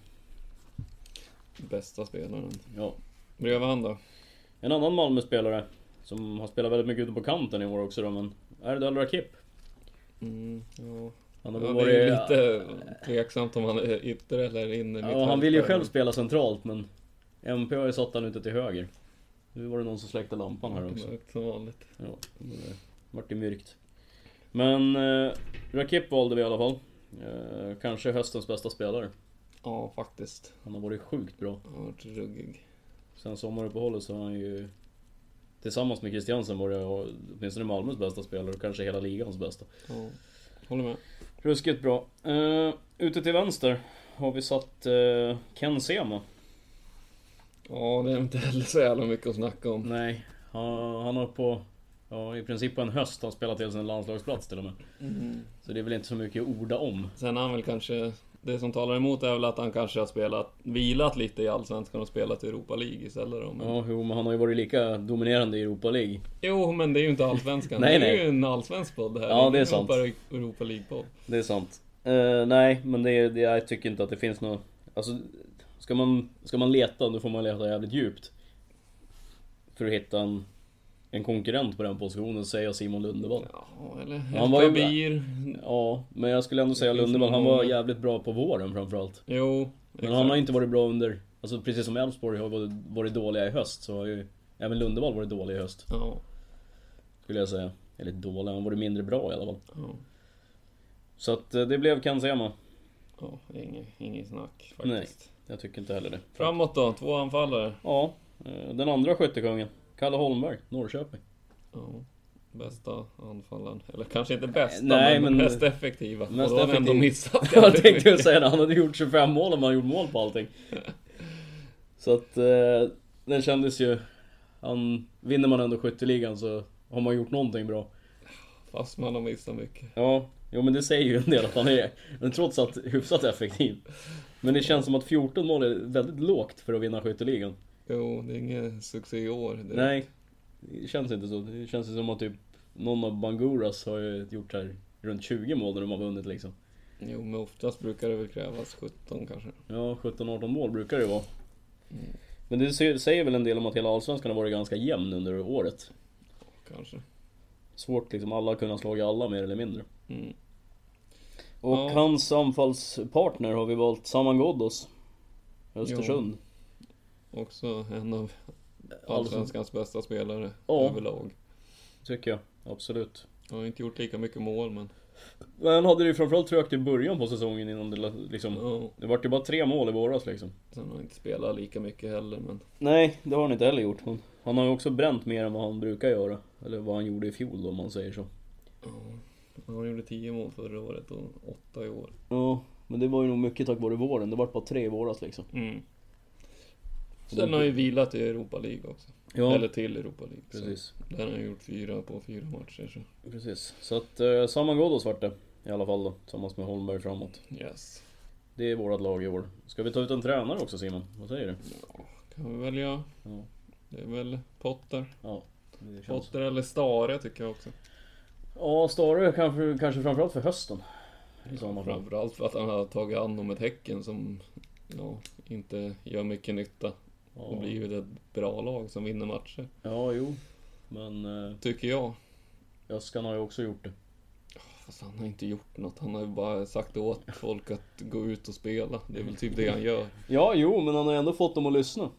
S2: Bästa spelaren.
S1: Ja.
S2: Bredvid han då?
S1: En annan Malmö-spelare som har spelat väldigt mycket ute på kanten i år också då, men Erdal Rakip.
S2: Mm, ja.
S1: Han har
S2: Ja, det
S1: väl
S2: är
S1: varit...
S2: ju lite tveksamt om han är ytter eller inne
S1: ja, han vill ju
S2: mittfältare.
S1: själv spela centralt men MP har ju satt han ute till höger. Nu var det någon som släckte lampan här också.
S2: Mörkt Som vanligt.
S1: Ja, det vart ju mörkt. Men eh, Rakip valde vi i alla fall. Eh, kanske höstens bästa spelare.
S2: Ja, faktiskt.
S1: Han har varit sjukt bra.
S2: Han har varit ruggig.
S1: Sen sommaruppehållet så har han ju Tillsammans med Christiansen varit ja, åtminstone Malmös bästa spelare och kanske hela ligans bästa.
S2: Ja. Håller med.
S1: Ruskigt bra. Uh, ute till vänster har vi satt eh, Ken Sema.
S2: Ja, det är inte heller så jävla mycket att snacka om.
S1: Nej, han, han har på ja, i princip på en höst han spelat till sin landslagsplats till och med. Så det är väl inte så mycket att orda om.
S2: Sen har han väl kanske... Det som talar emot är väl att han kanske har spelat, vilat lite i Allsvenskan och spelat i Europa League istället då. Men...
S1: Ja, jo, men han har ju varit lika dominerande i Europa League.
S2: Jo, men det är ju inte
S1: *laughs*
S2: Allsvenskan.
S1: Nej,
S2: det är
S1: nej.
S2: ju en Allsvensk podd det här.
S1: Ja, det är
S2: ingen
S1: sant.
S2: Europa- Europa League-podd.
S1: Det är sant. Eh, nej, men det, är- det, jag tycker inte att det finns något... Alltså, ska man, ska man leta, då får man leta jävligt djupt. För att hitta en en konkurrent på den positionen så säger jag Simon Lundevall.
S2: Ja, eller
S1: Han var ju
S2: El Kabir.
S1: Ja, men jag skulle ändå säga
S2: Det finns
S1: Lundevall. Han
S2: många.
S1: var jävligt bra på våren framförallt.
S2: Jo,
S1: Men han har inte varit bra under... Alltså precis som Elfsborg har varit, varit dåliga i höst så har ju även Lundevall varit dålig i höst.
S2: Ja,
S1: Skulle jag säga. Eller dålig, han har varit mindre bra i alla fall.
S2: ja,
S1: Så att eh, det blev Kansema.
S2: ja inget, inget snack faktiskt.
S1: Nej, jag tycker inte heller det.
S2: Framåt då, två anfallare.
S1: Ja, eh, den andra skyttekungen. Kalle Holmberg, Norrköping.
S2: Ja. Bästa anfallaren, eller kanske inte bästa
S1: Nej,
S2: men,
S1: men-
S2: mest effektiva.
S1: Mest
S2: och då har han ändå
S1: effektiv. *laughs*
S2: missat
S1: Jag
S2: jävligt
S1: tänkte ju
S2: mycket.
S1: säga det, han hade gjort 25 mål om han gjort mål på allting. Så att eh, den kändes ju... Han, vinner man ändå skytteligan så har man gjort någonting bra.
S2: Fast man har missat mycket.
S1: Ja, jo men det säger ju en del att han är men trots allt hyfsat effektiv. Men det känns som att 14 mål är väldigt lågt för att vinna skytteligan.
S2: Jo, det är ingen succé i år. direkt.
S1: Nej, det känns inte så. Det känns ju som att typ någon av Banguras har ju gjort här runt 20 mål när de har vunnit liksom.
S2: Jo, men oftast brukar det väl krävas 17 kanske.
S1: Ja, 17-18 mål brukar det vara.
S2: Mm.
S1: Men det ser- säger väl en del om att hela Allsvenskan har varit ganska jämn under året.
S2: Kanske.
S1: Svårt liksom, alla har kunnat slå alla mer eller mindre.
S2: Mm.
S1: Och
S2: Ja.
S1: hans anfallspartner har vi valt Saman Ghoddos. Östersund.
S2: Också en av Allsvenskans bästa spelare
S1: Ja.
S2: överlag.
S1: Tycker jag, absolut.
S2: Han har inte gjort lika mycket mål, men...
S1: Men han hade det ju framförallt trögt i början på säsongen innan det la- liksom...
S2: Ja,
S1: Det vart ju bara tre mål i våras liksom.
S2: sen har han inte spelat lika mycket heller, men...
S1: Nej, det har han inte heller gjort. Men han har ju också bränt mer än vad han brukar göra. Eller vad han gjorde i fjol då, om man säger så.
S2: Han gjorde 10 mål förra året och 8 i år.
S1: Ja, men det var ju nog mycket tack vare våren. Det vart bara tre i våras liksom.
S2: Sen har han ju vilat i Europa League också.
S1: Ja,
S2: Eller till Europa League. så
S1: precis.
S2: Där har han gjort fyra på fyra matcher, så...
S1: Precis. Så att eh, Saman Ghoddos vart det. I alla fall då, tillsammans med Holmberg framåt.
S2: Yes.
S1: Det är vårt lag i år. Ska vi ta ut en tränare också Simon? Vad säger du?
S2: Kan vi välja?
S1: Ja.
S2: Det är väl Potter.
S1: Ja, det känns...
S2: Potter eller Stare tycker jag också.
S1: Ja, Stare kanske, kanske framförallt för hösten. I sådana fall.
S2: Framförallt för att han har tagit hand om ett Häcken som ja, inte gör mycket nytta och
S1: Ja,
S2: blivit ett bra lag som vinner matcher.
S1: ja jo. Men eh,
S2: Tycker jag.
S1: Öskan har ju också gjort det.
S2: Fast han har inte gjort något. Han har ju bara sagt åt folk att gå ut och spela. Det är väl typ det han gör.
S1: Ja, jo, men han har ändå fått dem att lyssna.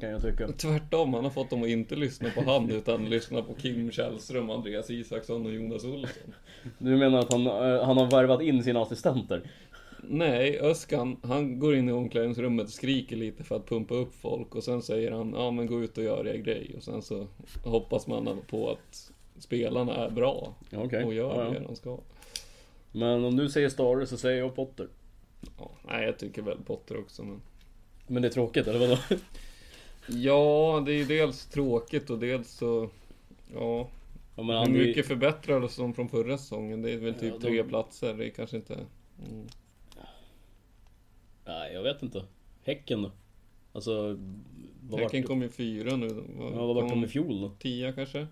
S1: Kan jag tycka.
S2: Tvärtom, han har fått dem att inte lyssna på han utan lyssna på Kim Källström, Andreas Isaksson och Jonas Olsson.
S1: Du menar att han, eh, han har värvat in sina assistenter?
S2: Nej, Öskan, han går in i omklädningsrummet och skriker lite för att pumpa upp folk och sen säger han ja men gå ut och gör er grej och sen så hoppas man på att spelarna är bra
S1: Ja, Okej.
S2: och gör
S1: Ja,
S2: det
S1: ja.
S2: de ska.
S1: Men om du säger Stare så säger jag Potter.
S2: Ja, nej, jag tycker väl Potter också men...
S1: Men det är tråkigt, eller vadå?
S2: Ja, det är ju dels tråkigt och dels så... Ja,
S1: Ja, men
S2: hur
S1: han, är ju-
S2: mycket förbättrades de från förra säsongen? Det är väl typ
S1: Ja, de-
S2: tre platser, det är kanske inte... Mm.
S1: Nej, jag vet inte. Häcken då? Alltså... Vad
S2: Häcken
S1: vart,
S2: kom ju fyra nu. Var,
S1: ja, vad vart de i fjol då?
S2: Tia kanske?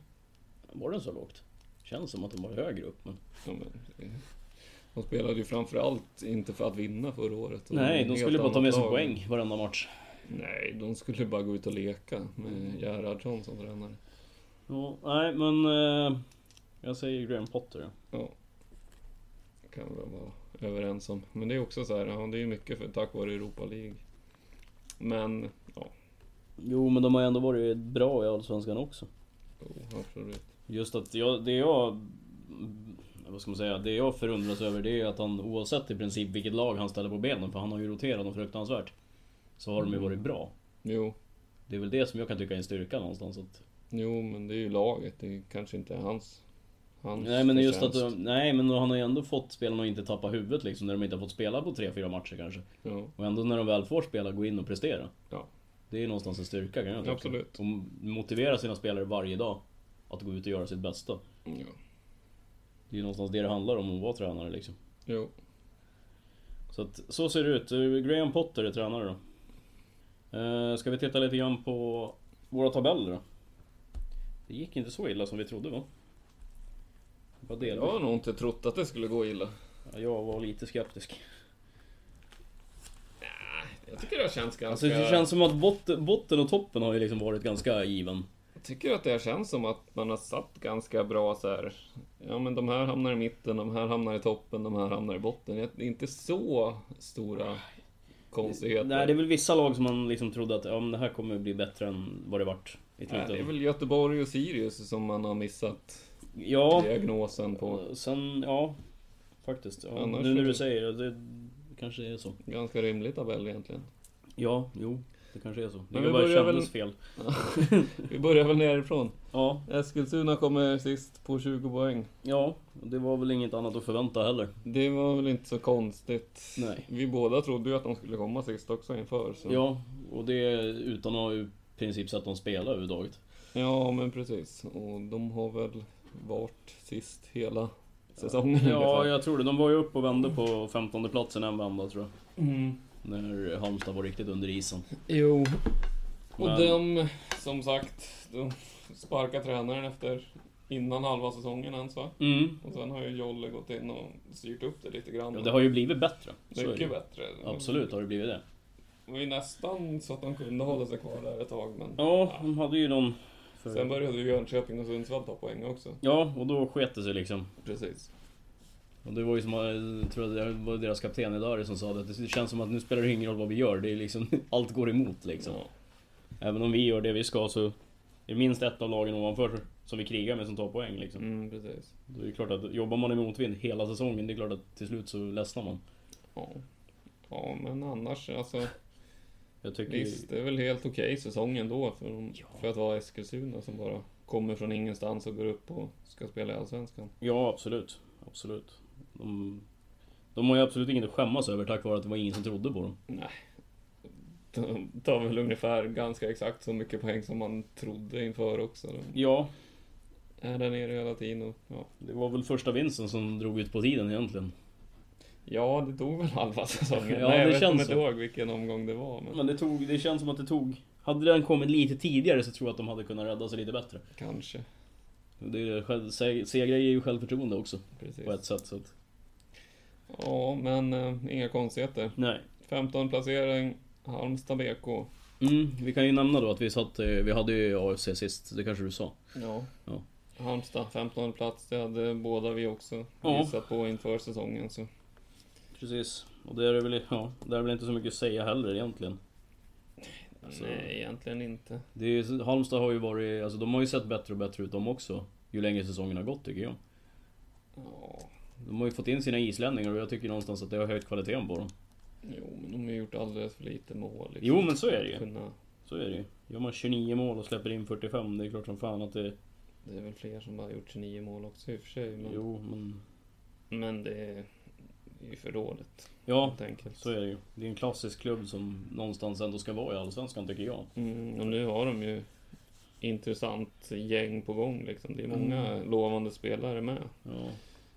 S1: Var den så lågt? Känns som att de var högre upp men...
S2: Ja, men, de spelade ju framförallt inte för att vinna förra året. Och
S1: Nej, de
S2: helt
S1: skulle bara ta
S2: annat
S1: med sig
S2: lag.
S1: poäng varenda match.
S2: Nej, de skulle bara gå ut och leka
S1: Mm.
S2: med Gerhardsson som tränare.
S1: Ja, nej men... eh, jag säger Graham Potter. ja.
S2: Ja. Det Kan vi väl vara överens om. Men det är också så här, ja, det är ju mycket för, tack vare Europa League. Men, ja.
S1: Jo men de har ju ändå varit bra i Allsvenskan också.
S2: Jo, absolut.
S1: Just att jag, det jag... Vad ska man säga? Det jag förundras över det är att han oavsett i princip vilket lag han ställer på benen, för han har ju roterat dem fruktansvärt. Så har de
S2: Mm.
S1: ju varit bra.
S2: Jo,
S1: Det är väl det som jag kan tycka är en styrka någonstans. Att,
S2: jo, men det är ju laget. Det är kanske inte hans... hans
S1: nej men just att...
S2: förtjänst.
S1: Nej men han har ju ändå fått spelarna att inte tappa huvudet liksom, när de inte har fått spela på 3-4 matcher kanske.
S2: Ja,
S1: Och ändå när de väl får spela, gå in och prestera.
S2: ja.
S1: Det är ju någonstans en styrka kan jag tycka.
S2: Absolut.
S1: Och motivera sina spelare varje dag att gå ut och göra sitt bästa.
S2: ja.
S1: Det är ju någonstans det det handlar om att vara tränare liksom.
S2: Jo.
S1: Så att, så ser det ut. Eh, Graham Potter är tränare då. Eh, ska vi titta lite grann på våra tabeller då? Det gick inte så illa som vi trodde va? Vad
S2: Jag
S1: delvis.
S2: har nog inte trott att det skulle gå illa.
S1: Ja, jag var lite skeptisk.
S2: Jag tycker det har känts ganska...
S1: Alltså det känns som att botten, botten och toppen har ju liksom varit ganska given.
S2: tycker att det här känns som att man har satt ganska bra så här. Ja, men de här hamnar i mitten, de här hamnar i toppen, de här hamnar i botten. Det är inte så stora konstigheter.
S1: Nej, det är väl vissa lag som man liksom trodde att ja, men det här kommer bli bättre än vad det vart i
S2: Nej, det är
S1: slutändan.
S2: väl Göteborg och Sirius som man har missat
S1: Ja,
S2: diagnosen på.
S1: sen ja. Faktiskt. Ja,
S2: Annars
S1: nu när
S2: är
S1: du
S2: det-
S1: säger det, det kanske är så.
S2: Ganska rimlig tabell egentligen.
S1: Ja, jo. Det kanske är så. Det
S2: Men
S1: kan
S2: vi
S1: bara
S2: börjar väl-
S1: kändes fel.
S2: Vi börjar väl nerifrån.
S1: Ja,
S2: Eskilstuna kommer sist på 20 poäng.
S1: ja. Det var väl inget annat att förvänta heller.
S2: Det var väl inte så konstigt.
S1: Nej.
S2: Vi båda trodde ju att de skulle komma sist också inför. Så.
S1: Ja, och det utan att ha i princip sett dem spela överhuvudtaget.
S2: ja, men precis. Och de har väl varit sist hela säsongen
S1: Ja,
S2: ungefär.
S1: jag tror det. De var ju upp och vände på 15 platsen en vända tror jag. När Halmstad var riktigt under isen.
S2: Mm. Jo. Och
S1: Men-
S2: de, som sagt, de sparkar tränaren efter innan halva säsongen ens va?
S1: Mm.
S2: Och sen har ju Jolle gått in och styrt upp det lite grann.
S1: Ja, det har ju blivit bättre. Så är det.
S2: Mycket bättre.
S1: Absolut har det blivit det.
S2: Det var ju nästan så att de kunde hålla sig kvar där ett tag, men...
S1: Ja, de hade ju någon... för-
S2: Sen började ju Jönköping och Sundsvall ta poäng också.
S1: Ja, och då sket det sig liksom.
S2: Precis.
S1: Och det var ju som, eh, jag tror att det var deras kapten i Dari som sa det, att det känns som att nu spelar det ingen roll vad vi gör, det är liksom, *laughs* allt går emot liksom.
S2: Ja.
S1: Även om vi gör det vi ska så är det minst ett av lagen ovanför som vi krigar med som tar poäng liksom.
S2: Mm, precis.
S1: Det är ju klart att jobbar man i motvind hela säsongen, det är klart att till slut så ledsnar man.
S2: Ja. ja, men annars alltså.
S1: Jag tycker
S2: Visst, det är väl helt okej säsong ändå för, de, för att vara Eskilstuna som bara kommer från ingenstans och går upp och ska spela i Allsvenskan.
S1: Ja, absolut. Absolut. De, de har ju absolut inget att skämmas över tack vare att det var ingen som trodde på dem.
S2: Nej. De tar väl ungefär ganska exakt så mycket poäng som man trodde inför också. De
S1: Ja,
S2: är där nere hela tiden och ja.
S1: det var väl första vinsten som drog ut på tiden egentligen.
S2: Ja, det tog väl halva
S1: *laughs*
S2: säsongen.
S1: Ja,
S2: Nej, jag
S1: det känns
S2: vet kommer inte
S1: så. Mm.
S2: ihåg vilken omgång det var. Men
S1: Men det, tog, det känns som att det tog... Hade den kommit lite tidigare så tror jag att de hade kunnat rädda sig lite bättre.
S2: kanske.
S1: Det är, själv- se- segrar ger ju självförtroende också
S2: Precis.
S1: på ett sätt. Så att,
S2: Ja, men eh, inga konstigheter.
S1: nej.
S2: 15 placering, Halmstad BK.
S1: Mm, vi kan ju nämna då att vi satt... eh, Vi hade ju AFC sist, det kanske du sa.
S2: Ja.
S1: Ja.
S2: Halmstad 15 plats, det hade båda vi också
S1: Ja.
S2: gissat på inför säsongen. Så.
S1: Precis. Och det är väl, ja, det är väl inte så mycket att säga heller egentligen. Alltså-
S2: Nej, egentligen inte.
S1: Det är, Halmstad har ju varit, alltså de har ju sett bättre och bättre ut de också. Ju längre säsongen har gått tycker jag.
S2: Ja,
S1: De har ju fått in sina islänningar och jag tycker någonstans att det har höjt kvaliteten på dem.
S2: jo, men de har ju gjort alldeles för lite mål. liksom.
S1: Jo men så är det ju.
S2: Kunna,
S1: Så är det ju. Gör man 29 mål och släpper in 45, det är klart som fan att det...
S2: det är väl fler som har gjort 29 mål också i och för sig. Men,
S1: Jo men...
S2: men det är det är ju för dåligt,
S1: Ja,
S2: helt enkelt.
S1: så är det ju. Det är en klassisk klubb som någonstans ändå ska vara i Allsvenskan tycker jag.
S2: Mm, och nu har de ju intressant gäng på gång liksom. Det är många lovande spelare med
S1: Ja. Mm.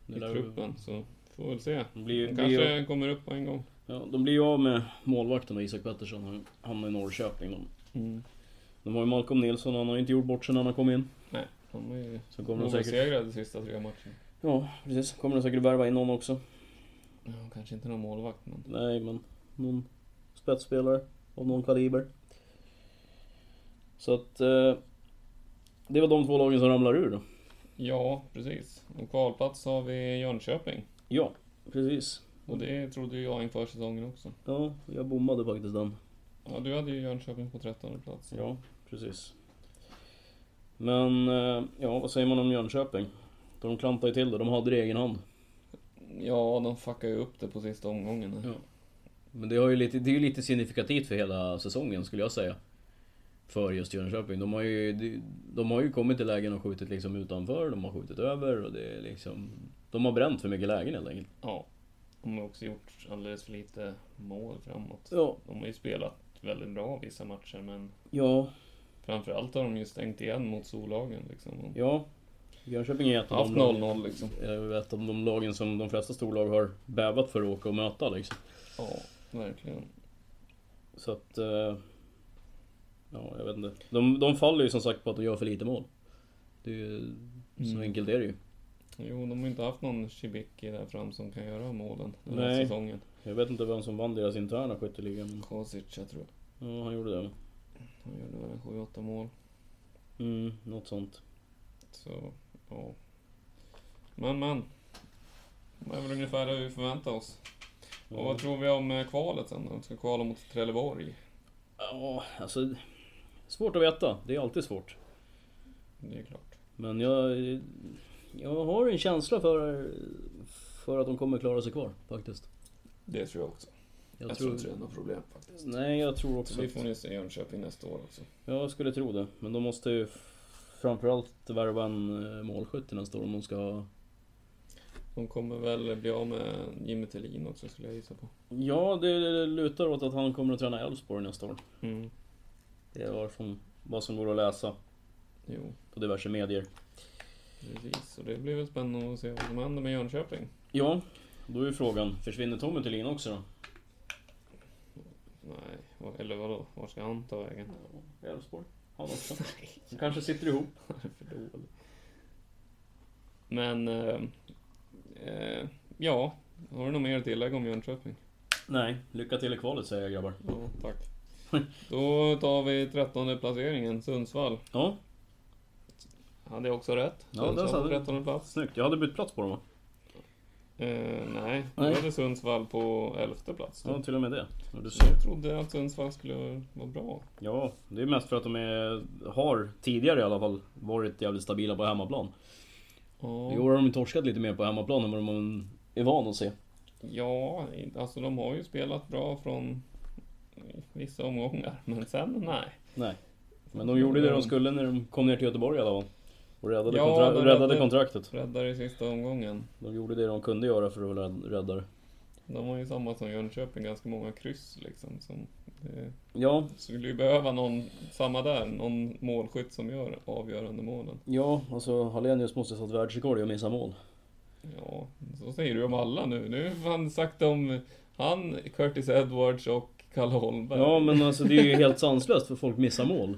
S1: Det
S2: i
S1: lär-
S2: truppen. Så får väl se.
S1: De blir,
S2: De
S1: blir ju,
S2: kanske kommer upp på en gång.
S1: ja, de blir ju av med målvakten och Isak Pettersson, han hamnar i Norrköping. De, de har ju Malcolm Nilsson, han har ju inte gjort bort sig när han kom in.
S2: Nej, de är ju
S1: Så kommer de säkert...
S2: obesegrade de sista tre matcherna.
S1: Ja, precis. Kommer de säkert värva in någon också.
S2: Ja, kanske inte någon målvakt, men...
S1: Nej, men någon spetsspelare av någon kaliber. Så att... Eh, det var de två lagen som ramlar ur då.
S2: Ja, precis. Och kvalplats har vi Jönköping.
S1: Ja, precis.
S2: Och det trodde ju jag inför säsongen också.
S1: Ja, jag bommade faktiskt den.
S2: Ja, du hade ju Jönköping på trettonde plats.
S1: Ja, precis. Men, eh, ja, vad säger man om Jönköping? De klantade ju till det, de hade det i egen hand.
S2: Ja, de fuckade ju upp det på sista omgången. här.
S1: Ja. Men det, har ju lite, det är ju lite signifikativt för hela säsongen skulle jag säga. För just Jönköping. De har ju, de, de har ju kommit till lägen och skjutit liksom utanför, de har skjutit över och det är liksom... De har bränt för mycket lägen helt enkelt.
S2: ja. De har också gjort alldeles för lite mål framåt.
S1: Ja.
S2: De har ju spelat väldigt bra vissa matcher, men
S1: Ja.
S2: framförallt har de ju stängt igen mot storlagen liksom. De
S1: Ja. Jönköping är ett
S2: har
S1: av
S2: haft
S1: de, lag,
S2: 0-0 liksom.
S1: är ett av de lagen som de flesta storlag har bävat för att åka och möta liksom.
S2: Ja, verkligen.
S1: Så att... eh, Ja, jag vet inte. De, de faller ju som sagt på att de gör för lite mål. Det är ju... Så
S2: Mm.
S1: enkelt är det ju.
S2: Jo, de har ju inte haft någon Shibiki där fram som kan göra målen den här
S1: Nej.
S2: säsongen.
S1: Jag vet inte vem som vann deras interna skytteliga men...
S2: Kosic, jag tror jag.
S1: Ja, han gjorde det.
S2: Han gjorde väl 7-8 mål.
S1: Mm, något sånt.
S2: Så, ja. Men, men. Det är väl ungefär det vi förväntar oss. Och vad tror vi om eh, kvalet sen då? De ska kvala mot Trelleborg.
S1: Ja, alltså... Svårt att veta. Det är alltid svårt.
S2: Det är klart.
S1: Men jag... Jag har en känsla för... För att de kommer klara sig kvar, faktiskt.
S2: Det tror jag också.
S1: Jag, tror...
S2: det är något problem faktiskt.
S1: Nej, jag tror också...
S2: Alltså, Så vi
S1: att-
S2: får ni se Jönköping nästa år också.
S1: Jag skulle tro det. Men de måste ju f- framförallt värva en eh, målskytt i nästa år om de ska ha...
S2: De kommer väl bli av med Jimmy Tillin också skulle jag gissa på.
S1: Ja, det lutar åt att han kommer att träna Elfsborg nästa år.
S2: Mm.
S1: Det var som, vad som går att läsa
S2: Jo,
S1: på diverse medier.
S2: precis. Så det blir väl spännande att se vad som händer med Jönköping.
S1: Ja, då är ju frågan, försvinner Tommy Thulin också då?
S2: Nej, vad- eller vadå? Var ska han ta vägen?
S1: Elfsborg? Han också. De kanske sitter ihop.
S2: *laughs* Han är för dålig. Men... Eh, eh, ja, har du något mer att tillägga om Jönköping?
S1: Nej, lycka till i kvalet säger jag grabbar.
S2: Ja,
S1: *laughs*
S2: tack. Då tar vi trettonde placeringen, Sundsvall.
S1: Ja,
S2: Hade jag också rätt?
S1: Ja, där sa
S2: på
S1: du.
S2: trettonde plats.
S1: snyggt. Jag hade bytt plats på dem va?
S2: Eh, nej, då
S1: Nej.
S2: hade Sundsvall på elfte plats. då.
S1: Ja, till och med det. Ja, du ser.
S2: Jag trodde att Sundsvall skulle vara bra.
S1: ja det är mest för att de är, har, tidigare i alla fall, varit jävligt stabila på hemmaplan.
S2: Ja,
S1: I år har de torskat lite mer på hemmaplan än vad de är van att se.
S2: ja, alltså de har ju spelat bra från vissa omgångar, men sen nej.
S1: Nej. Men de gjorde det de skulle när de kom ner till Göteborg i alla fall. Och räddade,
S2: Ja,
S1: kontra-
S2: de
S1: räddade
S2: räddade-
S1: kontraktet.
S2: Räddar i sista omgången.
S1: De gjorde det de kunde göra för att räd- rädda det.
S2: De har ju samma som Jönköping, ganska många kryss liksom. Som det
S1: Ja,
S2: skulle ju behöva någon, samma där, någon målskytt som gör avgörande målen.
S1: ja alltså Hallenius måste ha satt världsrekord i att missa mål.
S2: Ja, så säger du om alla nu. Nu har han sagt om han, Curtis Edwards och Kalle Holmberg.
S1: Ja men alltså det är ju helt sanslöst för folk missar mål.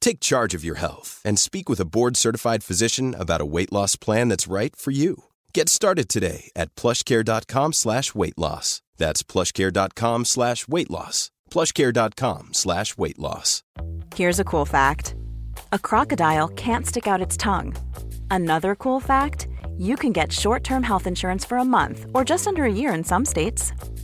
S3: Take charge of your health and speak with a board-certified physician about a weight loss plan that's right for you. Get started today at plushcare.com slash weight loss. That's plushcare.com slash weight loss. plushcare.com slash weight loss.
S4: Here's a cool fact a crocodile can't stick out its tongue. Another cool fact you can get short term health insurance for a month or just under a year in some states.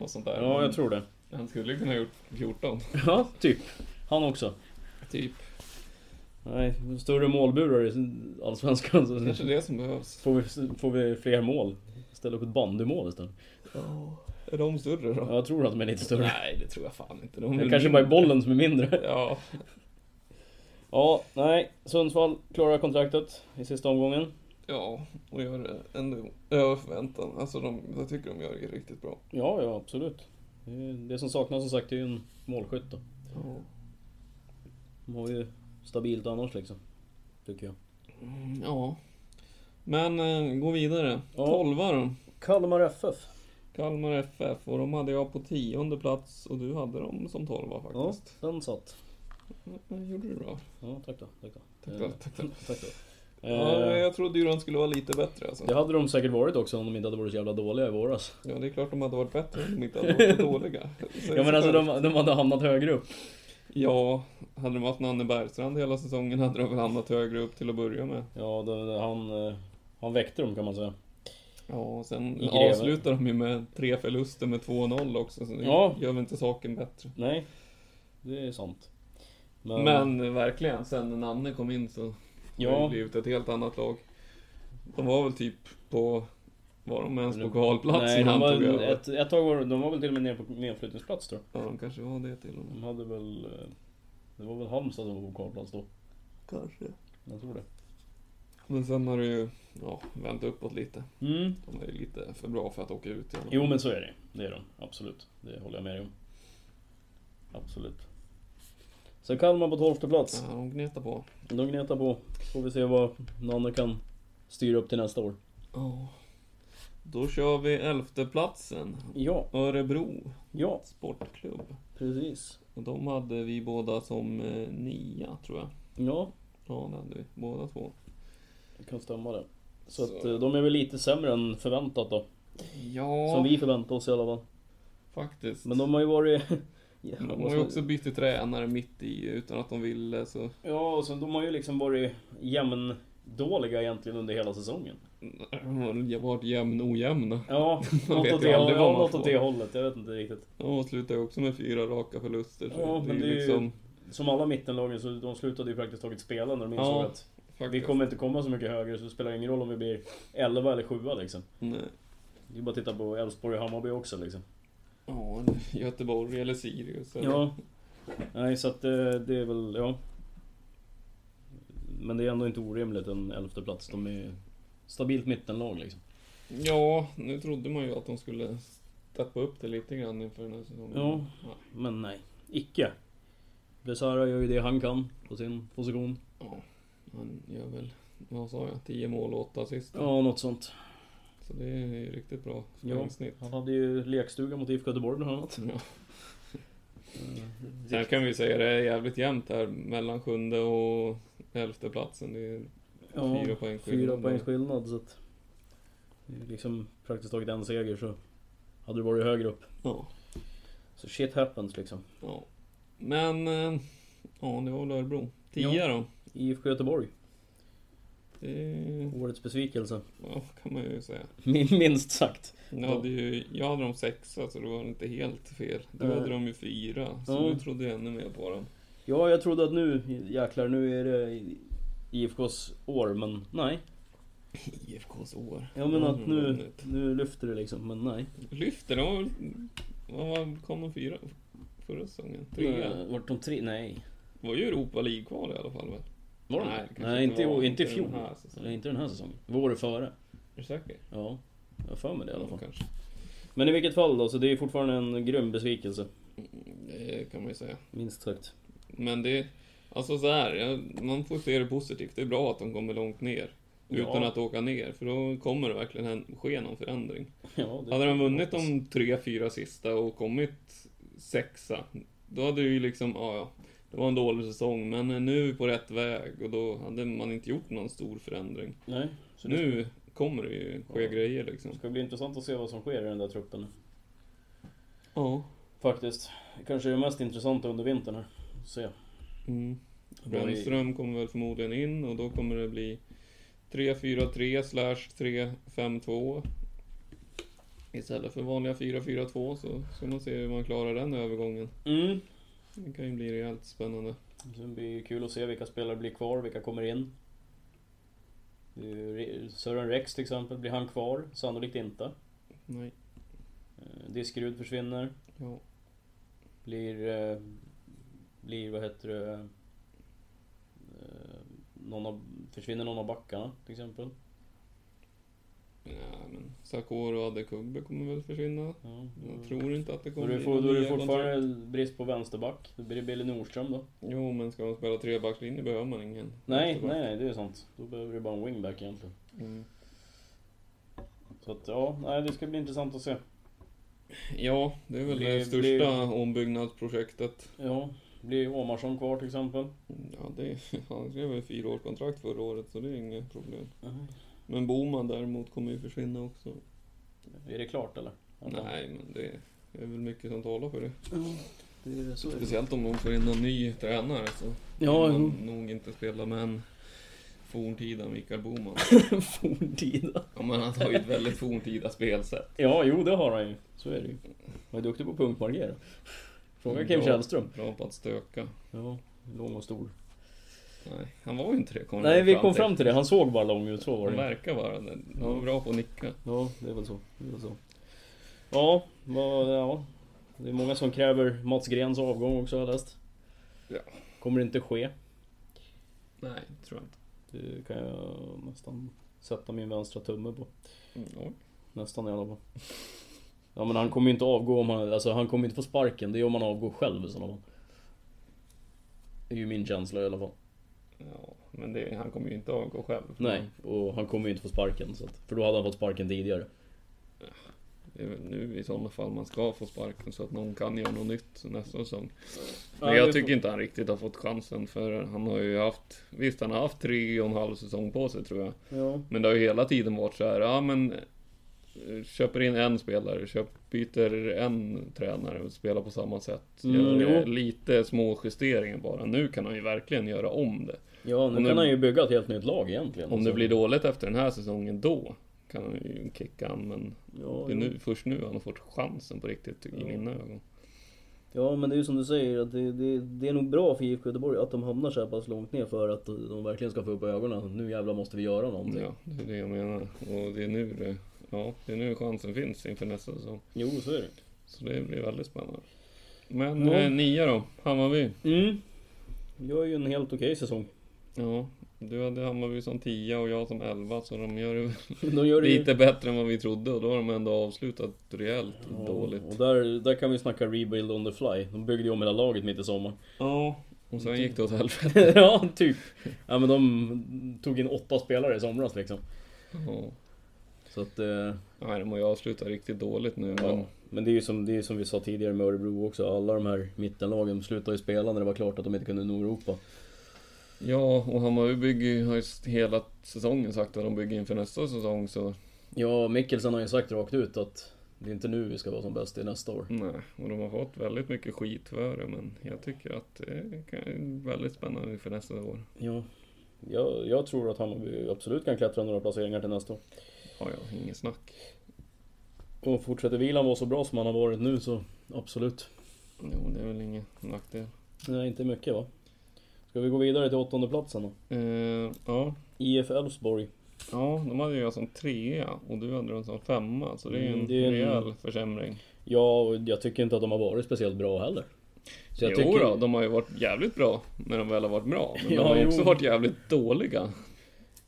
S2: Och sånt där.
S1: Ja jag tror det.
S2: Han skulle ju kunna ha gjort
S1: *laughs*
S2: 14.
S1: Ja, typ. Han också.
S2: Typ.
S1: Nej, större målburar i Allsvenskan så
S2: *laughs* Kanske det som behövs.
S1: får vi, får vi fler mål. Ställa upp ett bandymål istället.
S2: Är de större då?
S1: Ja, Jag tror att de är lite större.
S2: Nej, det tror jag fan inte. De
S1: Det
S2: vill-
S1: kanske bara är bollen som är mindre.
S2: Ja.
S1: Ja, nej. Sundsvall klarar kontraktet i sista omgången.
S2: Ja, och gör det ändå över förväntan. Alltså de, jag tycker de gör det riktigt bra.
S1: Ja, ja absolut. Det är- Det som saknas som sagt är ju en målskytt då. De har ju stabilt annars liksom. Tycker jag.
S2: Mm, Ja. Men eh, gå vidare.
S1: Ja.
S2: Tolva då.
S1: Kalmar FF.
S2: Kalmar FF och de hade jag på tionde plats och du hade dem som tolva
S1: Ja,
S2: faktiskt.
S1: den satt.
S2: Ja. gjorde du bra.
S1: Ja, tack då. Tack då.
S2: Tack, tack, tack.
S1: Tack då.
S2: Ja,
S1: Eh,
S2: jag trodde ju den skulle vara lite bättre alltså.
S1: det hade de säkert varit också om de inte hade varit så jävla dåliga i våras.
S2: Ja, det är klart de hade varit bättre om de inte
S1: *laughs*
S2: hade varit så dåliga.
S1: Ja men alltså de, de hade hamnat högre upp.
S2: Ja, hade de haft Nanne Bergstrand hela säsongen hade de väl hamnat högre upp till att börja med.
S1: Ja, då, då, han, eh, han väckte dem kan man säga.
S2: Ja, och sen
S1: I greven.
S2: avslutar de ju med tre förluster med 2-0 också, så det
S1: Ja.
S2: gör väl inte saken bättre.
S1: Nej, det är sant.
S2: Men eh, verkligen, sen när Nanne kom in så har det
S1: ja,
S2: blivit ett helt annat lag. De var väl typ på... Var de ens på kvalplats
S1: nej,
S2: när
S1: de
S2: han tog
S1: var,
S2: över?
S1: ett, ett tag var de var väl till och med nere på nedflyttningsplats tror jag.
S2: Ja, de kanske var det till och med.
S1: De hade väl... eh, Det var väl Halmstad som var på kvalplats då.
S2: Kanske.
S1: Jag tror det.
S2: Men sen har det ju ja, vänt uppåt lite.
S1: Mm.
S2: De är ju lite för bra för att åka ut i alla fall.
S1: Jo men så är det. Det är de. Absolut. Det håller jag med dig om. Absolut. Så Kalmar på 12 plats.
S2: Ja, de gnetar på.
S1: De gnetar på. Får vi se vad Nanne kan styra upp till nästa år.
S2: Ja. Då kör vi elfte platsen.
S1: Ja,
S2: Örebro
S1: ja
S2: Sportklubb.
S1: precis.
S2: Och de hade vi båda som eh, nia, tror jag.
S1: Ja,
S2: Ja, det hade vi båda två.
S1: det kan stämma det. Så,
S2: Så.
S1: att eh, de är väl lite sämre än förväntat då.
S2: Ja,
S1: Som vi förväntade oss i alla fall.
S2: faktiskt.
S1: Men de har ju varit... *laughs* Ja,
S2: De
S1: vad
S2: har
S1: ska
S2: ju
S1: man-
S2: också bytt till tränare mitt i utan att de ville så...
S1: Ja, och sen de har ju liksom varit jämndåliga egentligen under hela säsongen.
S2: De har varit jämn ojämna.
S1: Ja,
S2: Man
S1: något
S2: *laughs* vet
S1: åt
S2: ju
S1: det,
S2: aldrig vad
S1: ja,
S2: man
S1: något
S2: får.
S1: åt det hållet. Jag vet inte riktigt.
S2: De slutar ju också med fyra raka förluster. Så
S1: Ja, men det är ju-
S2: liksom...
S1: Som alla mittenlagen så de slutade ju praktiskt taget spela när de insåg
S2: Ja,
S1: att vi
S2: faktiskt.
S1: kommer inte komma så mycket högre så det spelar ingen roll om vi blir 11 eller 7 liksom.
S2: Nej.
S1: Det är bara att titta på Elfsborg och Hammarby också liksom.
S2: Ja, eller Göteborg eller Sirius. Eller...
S1: Ja. Nej, så att eh, det är väl, ja. Men det är ändå inte orimligt en elfte plats. De är stabilt mittenlag liksom.
S2: ja, nu trodde man ju att de skulle steppa upp det lite grann inför den här säsongen.
S1: Ja. Men nej, icke. Besara gör ju det han kan på sin position.
S2: Han gör väl, vad sa jag, 10 mål och 8 assist.
S1: Ja, något sånt.
S2: Så det är ju riktigt bra
S1: Ja.
S2: poängsnitt.
S1: Han hade ju lekstuga mot IFK Göteborg bland annat.
S2: Ja.
S1: Mm.
S2: Sen kan vi säga det är jävligt jämnt här mellan sjunde och elfte platsen. Det är
S1: Ja,
S2: fyra poäng
S1: fyra
S2: skillnad.
S1: poängs skillnad. Så att det är liksom praktiskt taget en seger så hade det varit högre upp.
S2: Ja.
S1: Så shit happens liksom.
S2: ja. Men, eh, ja det var väl Örebro. Tia då.
S1: IFK Göteborg,
S2: Det
S1: årets besvikelse. *laughs*
S2: ja, kan man ju säga.
S1: Min- Minst sagt.
S2: Jag hade, ju, jag hade dem sexa så det var inte helt fel. Du
S1: Nej.
S2: hade dem ju fyra, så
S1: Ja.
S2: du trodde ju ännu mer på dem.
S1: Ja, jag trodde att nu jäklar, nu är det IFKs år, men nej.
S2: IFKs år.
S1: Jag menar
S2: Ja,
S1: att nu,
S2: vunnit.
S1: nu lyfter det liksom, men nej.
S2: Lyfter, de var väl... Vad var- kom de fyra förra säsongen? Trea?
S1: Eh, Vart de tre? Nej.
S2: Det var ju Europa League-kval i alla fall väl?
S1: Var de?
S2: Nej,
S1: Nej,
S2: kanske
S1: nej
S2: inte
S1: inte, i
S2: var-
S1: år- inte i
S2: inte
S1: fjol.
S2: den här säsongen.
S1: Nej, inte den här säsongen. Det var året före.
S2: Är du säker?
S1: Ja, jag har för mig det i alla fall.
S2: kanske.
S1: Men i vilket fall då, så det är fortfarande en grym besvikelse.
S2: Det kan man ju säga.
S1: Minst sagt. *laughs*
S2: Men det... Alltså så här, jag- man får se det positivt. Det är bra att de kommer långt ner. Utan
S1: Ja.
S2: att åka ner, för då kommer det verkligen hän- ske någon förändring.
S1: Ja, det
S2: Hade de vunnit de tre, fyra sista och kommit sexa, då hade det ju liksom, ja, ja, det var en dålig säsong, men nu är vi på rätt väg och då hade man inte gjort någon stor förändring.
S1: Nej. Så nu
S2: Nu kommer det ju ske
S1: Ja.
S2: grejer liksom.
S1: ska det bli intressant att se vad som sker i den där truppen.
S2: Ja.
S1: Faktiskt. Kanske det mest intressanta under vintern här. Se.
S2: Mm.
S1: Vad är-
S2: Brännström kommer väl förmodligen in och då kommer det bli 3-4-3 slash 3-5-2. Istället för vanliga 4-4-2 så ska man se hur man klarar den övergången.
S1: Mm.
S2: Det kan ju bli rejält spännande.
S1: Så det blir ju kul att se vilka spelare blir kvar, vilka kommer in. Det är ju Re- Sören Rex till exempel, blir han kvar? Sannolikt inte.
S2: Nej.
S1: Eh, Diskerud försvinner.
S2: Ja.
S1: Blir... Eh, blir, vad heter det... Eh, någon av, försvinner någon av backarna till exempel.
S2: Ja, men Sakura och Adekugbe kommer väl försvinna.
S1: Ja,
S2: Jag tror inte att det
S1: Mm. Då är det, for,
S2: kommer bli några
S1: då är det
S2: nya kontrakt.
S1: fortfarande brist på vänsterback. Då blir det Billy Nordström då.
S2: Jo, men ska man spela trebackslinje behöver man ingen.
S1: Nej,
S2: efterback.
S1: nej, nej, det är sant. Då behöver du bara en wingback egentligen.
S2: Mm.
S1: Så att, ja, nej, det ska bli intressant att se.
S2: Ja, det är väl det,
S1: Det blir-
S2: största ombyggnadsprojektet.
S1: Ja, Blir Omarsson kvar till exempel?
S2: Ja, det, *laughs* han skrev ett fyraårskontrakt förra året så det är inget problem. Men Boman däremot kommer ju försvinna också.
S1: Är det klart eller?
S2: Nej, men det är väl mycket som talar för det.
S1: Det är så.
S2: Speciellt om de får in någon ny tränare så
S1: Ja,
S2: kan man
S1: *laughs* jo.
S2: nog inte spela med en forntida Mikael Boman.
S1: Forntida.
S2: Ja, men han har ju ett väldigt forntida spelsätt.
S1: Ja, jo det har han ju. Så är det ju. Han är duktig på att punktmarkera. Fråga Kim
S2: Bra-
S1: Källström.
S2: Bra på att stöka.
S1: Ja, lång och stor.
S2: Nej, han var ju inte det. Kom
S1: Nej, vi kom fram till det. Han såg bara lång ut, så var
S2: Han
S1: det.
S2: verkar vara det. Han var bra på att nicka.
S1: Ja, det är väl så. Det är väl så. Ja, vad, ja, det är många som kräver Mats Grens avgång också har jag läst.
S2: Ja.
S1: Kommer inte ske.
S2: Nej, tror jag inte.
S1: Det kan jag nästan sätta min vänstra tumme på.
S2: Mm, oj.
S1: Nästan i alla fall. Ja men han kommer ju inte avgå om han, alltså han kommer inte få sparken. Det är om han avgår själv i sådana fall. Det är ju min känsla i alla fall.
S2: Ja, men det, han kommer ju inte avgå själv.
S1: Nej, och han kommer ju inte få sparken. Så att, för då hade han fått sparken tidigare.
S2: Det är väl nu i sådana fall man ska få sparken så att någon kan göra något nytt nästa säsong. Men jag tycker inte han riktigt har fått chansen för han har ju haft, visst han har haft tre och en halv säsong på sig tror jag.
S1: Ja.
S2: Men det har ju hela tiden varit så här, ja men eh, köper in en spelare, köp, byter en tränare och spelar på samma sätt.
S1: Mm,
S2: Gör eh,
S1: jo.
S2: lite små justeringar bara. Nu kan han ju verkligen göra om det.
S1: Ja, nu
S2: Om det-
S1: kan han ju bygga ett helt nytt lag egentligen.
S2: Om det
S1: Alltså.
S2: blir dåligt efter den här säsongen då kan han ju kicka an men
S1: Ja,
S2: det är
S1: jo.
S2: nu, först nu han har fått chansen på riktigt tycker jag, i mina ögon.
S1: Ja men det är ju som du säger att det, det, det är nog bra för IFK Göteborg att de hamnar så här pass långt ner för att de verkligen ska få upp ögonen. att Nu jävlar måste vi göra någonting.
S2: Ja, det är det jag menar. Och det är nu det, ja, det är nu chansen finns inför nästa säsong.
S1: Jo så är det.
S2: Så det blir väldigt spännande. Men
S1: Ja.
S2: eh, nia då, Hammarby.
S1: Mm. Gör ju en helt okej *laughs* säsong.
S2: Ja, du hade Hammarby som 10 och jag som 11 så de gör det
S1: De gör det ju-
S2: lite bättre än vad vi trodde och då har de ändå avslutat rejält
S1: Ja,
S2: dåligt.
S1: Och där, där kan vi snacka rebuild on the fly. De byggde ju om hela laget mitt i sommar.
S2: Ja, och sen gick det åt helvete.
S1: *laughs* ja, typ. Ja men de tog in åtta spelare i somras liksom.
S2: Ja.
S1: Så att... Eh...
S2: Nej, de har ju avslutat riktigt dåligt nu. Men,
S1: Ja, men det är ju som, det är som vi sa tidigare med Örebro också. Alla de här mittenlagen slutade ju spela när det var klart att de inte kunde nå Europa.
S2: ja, och Hammarby bygger, ju- har ju hela säsongen sagt vad de bygger inför nästa säsong så
S1: Ja, Mikkelsen har ju sagt rakt ut att det är inte nu vi ska vara som bäst, det är nästa år.
S2: Nej, och de har fått väldigt mycket skit för det, men jag tycker att det kan- är väldigt spännande för nästa år.
S1: Ja. Jag, jag tror att Hammarby absolut kan klättra några placeringar till nästa år.
S2: Ja, ja, inget snack.
S1: Och fortsätter Wieland vara så bra som han har varit nu så absolut.
S2: Jo, det är väl ingen nackdel.
S1: Nej, inte mycket va? Ska vi gå vidare till åttonde platsen då?
S2: Eh, ja.
S1: IF Elfsborg.
S2: ja, de hade ju jag som trea och du hade dem som femma, så det är ju en,
S1: Mm, det är en-
S2: rejäl försämring.
S1: Ja, och jag tycker inte att de har varit speciellt bra heller. Så
S2: jo då, de har ju varit jävligt bra när de väl har varit bra,
S1: *laughs*
S2: men
S1: Ja,
S2: de har ju
S1: jo.
S2: också varit jävligt dåliga.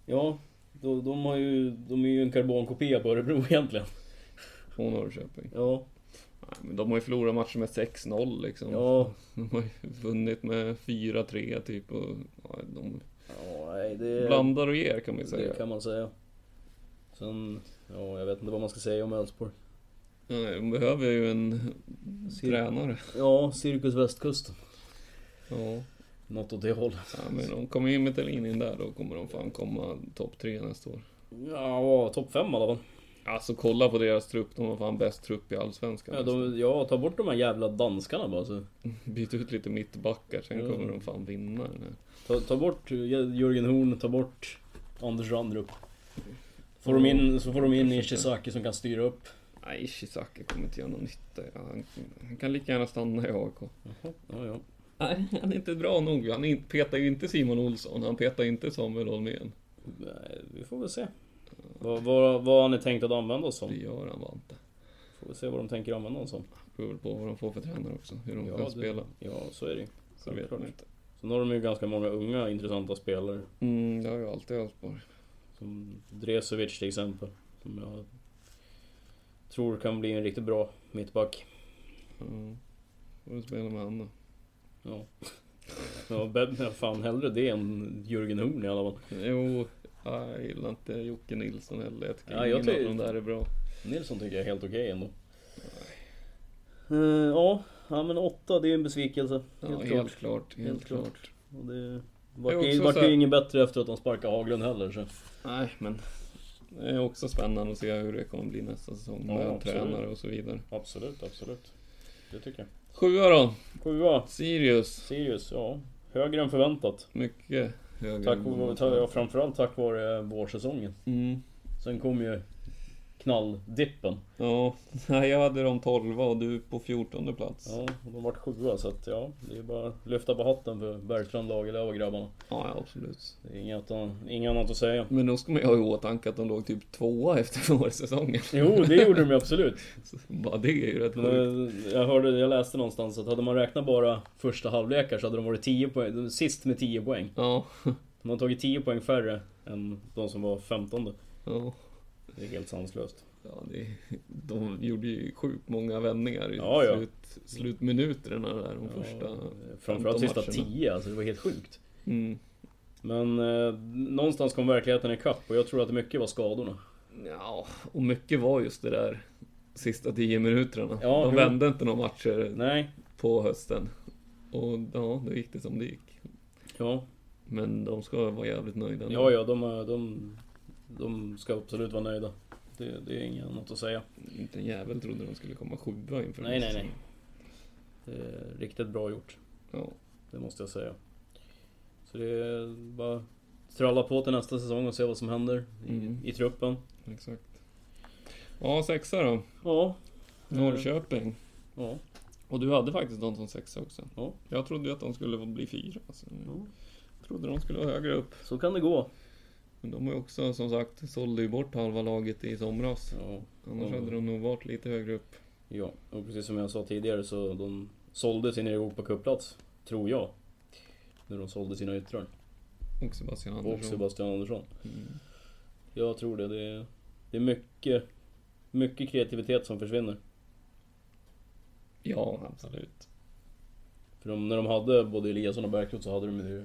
S1: Ja, de, de, har ju, de är ju en karbonkopia på Örebro *laughs* egentligen.
S2: Och Norrköping.
S1: Ja,
S2: Nej, men de har ju förlorat matcher med 6-0 liksom.
S1: ja.
S2: De har ju vunnit med 4-3 typ och ja, de
S1: ja nej, det...
S2: blandar och ger kan man ju säga.
S1: Det kan man säga. Sen, ja jag vet inte vad man ska säga om Elfsborg.
S2: Nej, de behöver ju en
S1: Cir-
S2: tränare.
S1: Ja, Cirkus Västkusten.
S2: Ja.
S1: Något åt det hållet.
S2: ja, men de kommer in med Thelin in där, då kommer de fan komma topp tre nästa år.
S1: Ja, topp fem i alla fall.
S2: Alltså kolla på deras trupp, de har fan bäst trupp i Allsvenskan.
S1: Ja, de, ja, ta bort de här jävla danskarna bara. Så.
S2: Byt ut lite mittbackar, sen
S1: Ja.
S2: kommer de fan vinna den här.
S1: Ta, ta bort eh, Jörgen Horn, ta bort Anders Randrup. Får de in, så får de in Ishizaki som kan styra upp.
S2: Nej, Ishizaki kommer inte göra någon nytta. Ja, han, han kan lika gärna stanna i AIK.
S1: Ja, ja.
S2: Nej, han är inte bra nog. Han in, petar ju inte Simon Olsson, han petar inte Samuel Holmén.
S1: Nej, Vi får väl se. Vad, vad, vad har ni tänkt att använda oss
S2: Det
S1: som?
S2: gör han bara inte.
S1: Får vi se vad de tänker använda oss som.
S2: Det beror väl på vad de får för tränare också, hur de
S1: Ja,
S2: kan
S1: det-
S2: spela.
S1: Ja, så är det ju.
S2: Så vet man inte.
S1: Sen har de ju ganska många unga intressanta spelare.
S2: Mm, det har ju alltid Elfsborg.
S1: Som Dresovic till exempel. Som jag tror kan bli en riktigt bra mittback.
S2: Ja. Får du spela med han då.
S1: Ja. Ja, Beb- men fan hellre det än Jürgen Horn i alla fall.
S2: Jo, nej, jag gillar inte Jocke Nilsson heller. Jag tycker
S1: Ja, jag
S2: ingen
S1: tycker-
S2: av dem där är bra.
S1: Nilsson tycker jag är helt okej ändå. Eh, ja, ja, men åtta det är en besvikelse.
S2: Ja,
S1: helt
S2: helt,
S1: klart.
S2: klart. Helt,
S1: Helt klart.
S2: klart.
S1: Och det
S2: Det är
S1: vart
S2: också
S1: ju vart
S2: så
S1: ju
S2: här-
S1: ingen bättre efter att de sparkade Haglund heller. Så.
S2: Nej, men det är också spännande att se hur det kommer bli nästa säsong
S1: Ja,
S2: med
S1: absolut.
S2: tränare och så vidare.
S1: Absolut, absolut. Det tycker jag.
S2: Sjua då,
S1: Sjua,
S2: Sirius.
S1: Sirius. Ja, högre än förväntat.
S2: Mycket högre.
S1: Tack
S2: än-
S1: vare, ta- ja, framförallt tack vare eh, vårsäsongen.
S2: Mm.
S1: Sen kom ju knalldippen.
S2: Ja, *laughs* nej, jag hade dem 12 och du på 14 plats.
S1: Ja,
S2: Ja,
S1: och de vart sjua så att ja, det är bara att lyfta på hatten för Bergstrand, Lagerlöf och grabbarna.
S2: ja absolut.
S1: Det är inget, annan- inget annat att säga.
S2: Men då ska man ju ha i åtanke att de låg typ tvåa efter *laughs* vårsäsongen.
S1: Jo, det gjorde de ju absolut.
S2: Så Bara det är ju rätt sjukt.
S1: Eh, Jag hörde, jag läste någonstans att hade man räknat bara första halvlekar så hade de varit 10 poäng, de- sist med 10 poäng.
S2: Ja,
S1: De har tagit 10 poäng färre än de som var 15
S2: ja.
S1: Det är helt sanslöst.
S2: Ja, det, de gjorde ju sjukt många vändningar i
S1: Ja, ja.
S2: Slut, slutminuterna där, de första
S1: Eh, Framförallt
S2: 15
S1: sista
S2: matcherna.
S1: 10, alltså det var helt sjukt.
S2: Mm.
S1: Men eh, någonstans kom verkligheten ikapp och jag tror att mycket var skadorna.
S2: Ja, och mycket var just det där sista 10 minuterna.
S1: Ja,
S2: de
S1: jo.
S2: vände inte några matcher
S1: Nej,
S2: på hösten. Och ja, då gick det som det gick.
S1: ja,
S2: Men de ska vara jävligt nöjda. nu.
S1: ja, ja de, är- de, de ska absolut vara nöjda. Det, det är inget annat att säga.
S2: Inte en jävel trodde de skulle komma sjua inför
S1: Nej, nej,
S2: nästa
S1: nej.
S2: säsong.
S1: Det är riktigt bra gjort.
S2: Ja.
S1: Det måste jag säga. Så det är bara att tralla på till nästa säsong och se vad som händer i,
S2: Mm.
S1: i truppen.
S2: Exakt. Ja, sexa då.
S1: Ja.
S2: Norrköping.
S1: Ja.
S2: Och du hade faktiskt dem som sexa också.
S1: Ja.
S2: Jag trodde ju att de skulle bli fyra. Alltså.
S1: Ja.
S2: Jag trodde de skulle vara högre upp.
S1: Så kan det gå.
S2: Men de har ju också, som sagt, sålde ju bort halva laget i somras.
S1: Ja.
S2: Annars
S1: Ja.
S2: hade de nog varit lite högre upp.
S1: ja. Och precis som jag sa tidigare så de sålde sin Europacup-plats, tror jag. När de sålde sina yttrar.
S2: Och Sebastian Andersson.
S1: Och Sebastian Andersson.
S2: Mm.
S1: Jag tror det. Det är, det är mycket, mycket kreativitet som försvinner.
S2: Ja, absolut.
S1: För de, när de hade både Eliasson och Bergkrot så hade de ju det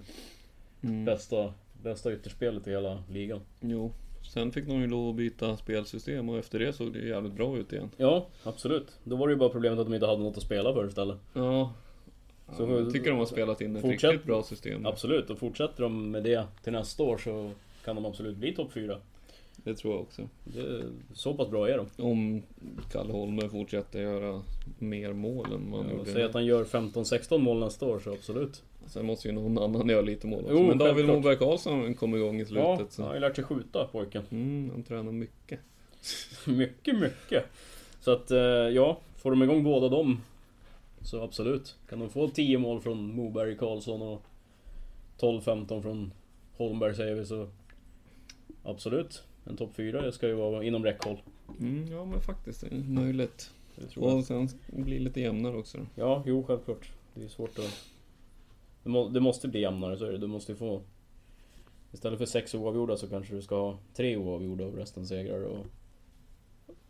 S2: Mm.
S1: bästa, bästa ytterspelet i hela ligan.
S2: Jo. Sen fick de ju lov att byta spelsystem och efter det såg det ju jävligt bra ut igen.
S1: Ja, absolut. Då var det ju bara problemet att de inte hade något att spela för istället.
S2: Ja.
S1: Så-
S2: ja, jag tycker de har spelat in ett
S1: Fortsätt.
S2: riktigt bra system.
S1: Absolut, och fortsätter de med det till nästa år så kan de absolut bli topp 4.
S2: Det tror jag också.
S1: Det, så pass bra är de.
S2: Om Kalle Holmer fortsätter göra mer mål än man
S1: Ja,
S2: gjorde.
S1: Säg att han gör 15-16 mål nästa år så absolut.
S2: Sen måste ju någon annan göra lite mål också.
S1: Jo,
S2: Men David
S1: självklart.
S2: Moberg Karlsson kom igång i
S1: Ja,
S2: slutet.
S1: han har
S2: så.
S1: ju lärt sig skjuta pojken.
S2: Mm, han tränar mycket.
S1: *laughs* Mycket, mycket. Så att eh, ja, får de igång båda dem så absolut. Kan de få 10 mål från Moberg, Karlsson och 12-15 från Holmberg säger vi så absolut. En topp 4 ska ju vara inom räckhåll.
S2: Mm, ja men faktiskt, det är möjligt.
S1: Det tror jag.
S2: Och sen blir det lite jämnare också.
S1: Ja, jo självklart. Det är svårt att... Det, må, det måste bli jämnare, så är det. Du måste ju få... Istället för sex oavgjorda så kanske du ska ha tre oavgjorda och resten segrar och...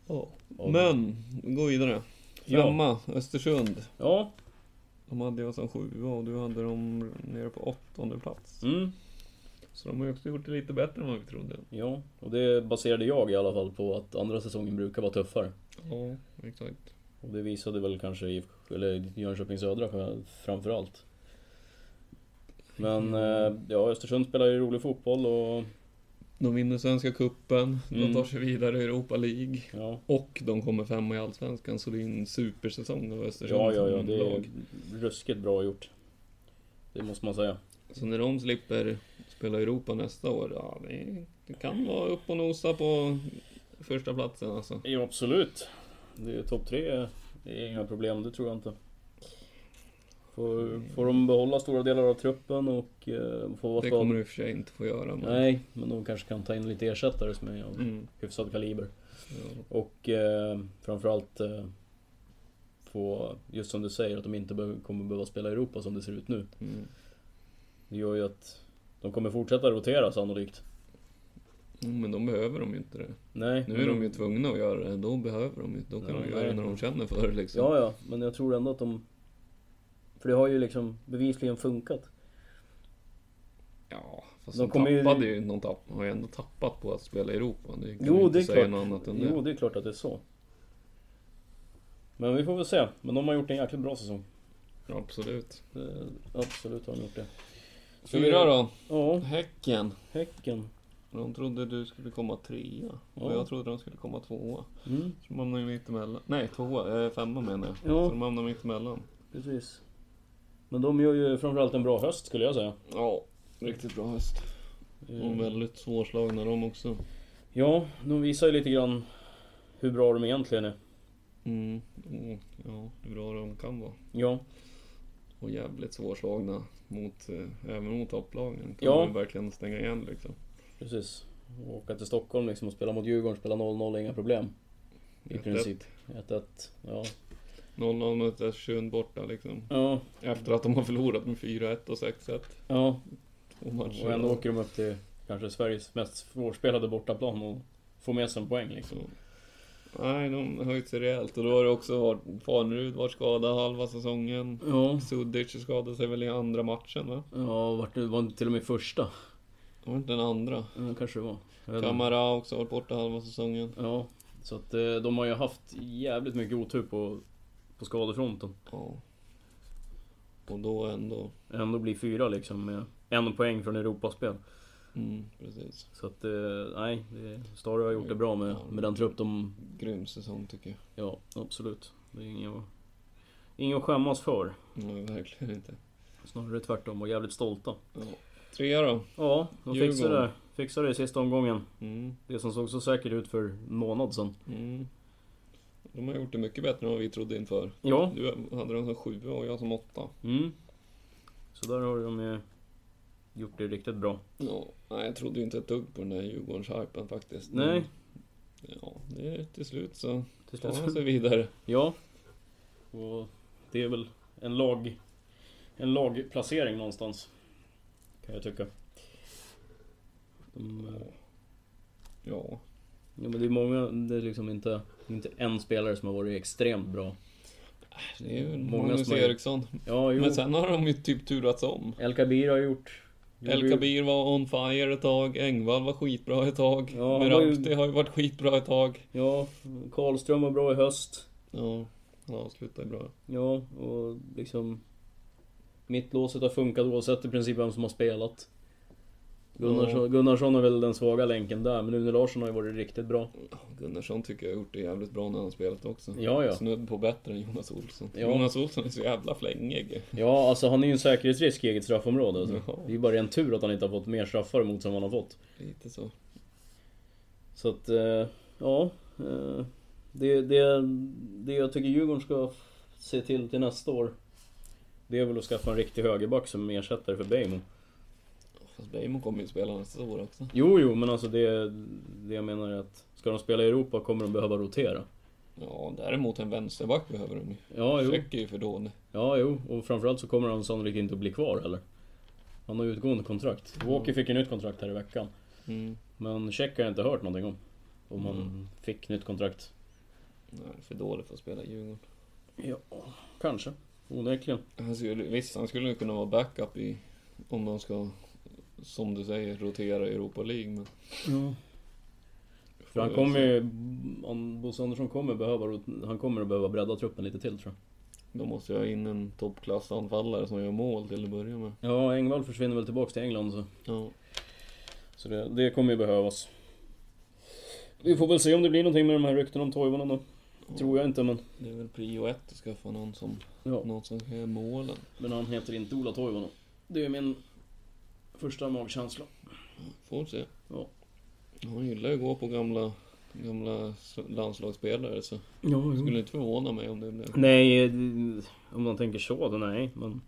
S2: Ja.
S1: och
S2: Men, gå vidare.
S1: Ja.
S2: Femma, Östersund.
S1: Ja,
S2: De hade jag som sjua och du hade dem nere på åttonde plats.
S1: mm,
S2: Så de har ju också gjort det lite bättre än vad vi trodde.
S1: ja. Och det baserade jag i alla fall på att andra säsongen brukar vara tuffare.
S2: Ja, exakt.
S1: Och det visade väl kanske IFK, eller Jönköping Södra framförallt. Men eh, ja, Östersund spelar ju rolig fotboll och...
S2: De vinner Svenska Cupen,
S1: Mm.
S2: de tar sig vidare i Europa League.
S1: Ja,
S2: Och de kommer femma i Allsvenskan, så det är en supersäsong av Östersund
S1: ja, ja, ja
S2: som
S1: det är
S2: lag.
S1: ruskigt bra gjort. Det måste man säga.
S2: Så när de slipper spela i Europa nästa år, ja, det, det kan vara upp och nosa på första platsen alltså.
S1: Ja, absolut. Det är topp tre. Det är inga problem, det tror jag inte. Får, får de behålla stora delar av truppen och eh, få vara
S2: Det
S1: kvar-
S2: kommer du i och för sig inte få göra. Men...
S1: Nej, men de kanske kan ta in lite ersättare som är av
S2: Mm,
S1: hyfsad kaliber.
S2: ja.
S1: Och eh, framförallt eh, få, just som du säger, att de inte behöver, kommer behöva spela i Europa som det ser ut nu.
S2: Mm.
S1: Det gör ju att de kommer fortsätta rotera sannolikt.
S2: Mm, Men de behöver de ju inte det.
S1: Nej, Mm.
S2: Nu är de ju tvungna att göra det, då behöver de ju Då kan
S1: Ja,
S2: de göra det
S1: nej.
S2: när de känner för det liksom.
S1: Ja, ja, men jag tror ändå att de... För det har ju liksom bevisligen funkat.
S2: Ja, fast
S1: De
S2: de,
S1: kommer ju-
S2: tappade ju... De tapp, har ju ändå tappat på att spela i Europa. Det kan
S1: Jo,
S2: man
S1: det
S2: inte
S1: är
S2: säga
S1: klart.
S2: något annat än
S1: jo,
S2: det.
S1: det är klart att det är så. Men vi får väl se. Men de har gjort en jäkligt bra säsong.
S2: Absolut.
S1: Eh, Absolut har de gjort det.
S2: Fyra då. Eh,
S1: Ja,
S2: Häcken.
S1: Häcken.
S2: De trodde du skulle komma trea.
S1: Ja.
S2: Och jag trodde de skulle komma tvåa.
S1: Mm,
S2: Så de hamnade mitt emellan. Nej, tvåa. Eh, femma menar jag.
S1: Ja.
S2: Så de hamnade mitt emellan.
S1: precis. Men de gör ju framförallt en bra höst skulle jag säga.
S2: Ja, riktigt bra höst.
S1: Eh,
S2: Och väldigt svårslagna de också.
S1: Ja, de visar ju lite grann hur bra de egentligen är.
S2: Mm. Och, ja, hur bra de kan vara.
S1: Ja,
S2: Och jävligt svårslagna mot, eh, även mot topplagen. Kan
S1: Ja.
S2: de ju verkligen stänga igen liksom.
S1: precis. Och Åka till Stockholm liksom och spela mot Djurgården, spela 0-0, inga problem. I
S2: Ett-ett.
S1: princip. 1-1. Ja.
S2: 0-0 mot Östersund borta liksom.
S1: Ja,
S2: Efter att de har förlorat med 4-1 och 6-1.
S1: ja.
S2: Två matcher.
S1: Och ändå åker de upp till kanske Sveriges mest svårspelade bortaplan och får med sig en poäng liksom.
S2: Så. Nej, de har höjt sig rejält. Och då har det också varit Farnerud varit skadad halva säsongen.
S1: Ja,
S2: Sudic skadade sig väl i andra matchen va?
S1: ja vart det var till och med första.
S2: Det var inte den andra.
S1: Ja, kanske det var. Jag vet inte.
S2: Kamara har också varit borta halva säsongen.
S1: Ja, så att eh, de har ju haft jävligt mycket otur på, på skadefronten.
S2: Ja. Och då ändå.
S1: Ändå blir fyra liksom med en poäng från Europaspel.
S2: Mm, precis.
S1: Så att eh, nej, det- Stare har gjort det bra med, med den trupp de...
S2: Grym säsong tycker jag.
S1: Ja, absolut. Det är inget, att- inget att skämmas för.
S2: Nej, verkligen inte.
S1: Snarare tvärtom och jävligt stolta.
S2: Ja. Trea då.
S1: Ja, de fixade
S2: Djurgården.
S1: det. Fixade det i sista omgången.
S2: Mm,
S1: Det som såg så säkert ut för en månad sedan.
S2: mm. De har gjort det mycket bättre än vad vi trodde inför.
S1: Ja.
S2: Du hade dem som sjua och jag som åtta.
S1: Mm. Så där har de ju gjort det riktigt bra.
S2: Ja, nej, jag trodde ju inte ett dugg på den där Djurgårdshypen faktiskt.
S1: Nej,
S2: Men, Ja, det är till slut så
S1: till
S2: tar
S1: slut
S2: han sig vidare.
S1: Ja. Och det är väl en lag... En lagplacering någonstans. Kan jag tycka. De, eh,
S2: Ja,
S1: ja men det är många, det är liksom inte, inte en spelare som har varit extremt bra.
S2: det är ju
S1: Många
S2: Magnus
S1: som har-
S2: Eriksson.
S1: Ja, jo.
S2: Men sen har de ju typ turats om.
S1: El Kabir har gjort...
S2: El Kabir var on fire ett tag, Engvall var skitbra ett tag,
S1: Ja, han var ju-
S2: Merabti har ju varit skitbra ett tag.
S1: Ja, Karlström var bra i höst.
S2: Ja, han avslutar bra.
S1: Ja, och liksom... Mittlåset har funkat oavsett i princip vem som har spelat. Gunnarsson,
S2: Ja.
S1: Gunnarsson är väl den svaga länken där, men Une Larsson har ju varit riktigt bra.
S2: Gunnarsson tycker jag har gjort det jävligt bra när han har spelat också.
S1: Ja, ja.
S2: Snudd på bättre än Jonas Olsson.
S1: Ja.
S2: Jonas Olsson är så jävla flängig.
S1: Ja, alltså han är ju en säkerhetsrisk i eget straffområde. Alltså.
S2: Ja.
S1: Det är ju bara en tur att han inte har fått mer straffar emot som han har fått.
S2: Lite så.
S1: Så att, eh, ja. eh, Det, det, det jag tycker Djurgården ska f- se till till nästa år. Det är väl att skaffa en riktig högerback som ersättare för Bejmo.
S2: Fast Bejmo kommer ju spela nästa år också.
S1: Jo, jo, men alltså det, det jag menar är att ska de spela i Europa kommer de behöva rotera.
S2: Ja, däremot en vänsterback behöver de ju.
S1: Ja, jo.
S2: Check är ju för dålig.
S1: Ja, jo. Och framförallt så kommer han sannolikt inte att bli kvar heller. Han har ju utgående kontrakt. Walker fick ju nytt kontrakt här i veckan.
S2: Mm.
S1: Men check har jag inte hört någonting om. Om han fick nytt kontrakt.
S2: Nej, för dålig för att spela i Djurgården.
S1: Ja, kanske. Onekligen.
S2: Han skulle, visst, han skulle kunna vara backup i... Om de ska, som du säger, rotera i Europa League. Men
S1: För han kommer ju... Om Bosse Andersson kommer behöva... Han kommer att behöva bredda truppen lite till tror jag.
S2: då måste jag ha in en toppklassanfallare som gör mål till att börja med.
S1: Ja, Engvall försvinner väl tillbaks till England så...
S2: Ja.
S1: Så det, det kommer ju behövas. Vi får väl se om det blir någonting med de här ryktena om Toivonen då. Tror jag inte men...
S2: Det är väl prio ett att skaffa någon som,
S1: Ja.
S2: någon som kan göra målen.
S1: Men han heter inte Ola Toivonen. Det är min första magkänsla.
S2: Får se.
S1: Ja.
S2: Han gillar ju att gå på gamla, gamla landslagsspelare så
S1: Ja,
S2: skulle inte förvåna mig om det blev...
S1: Nej, det- om man tänker så då nej. Men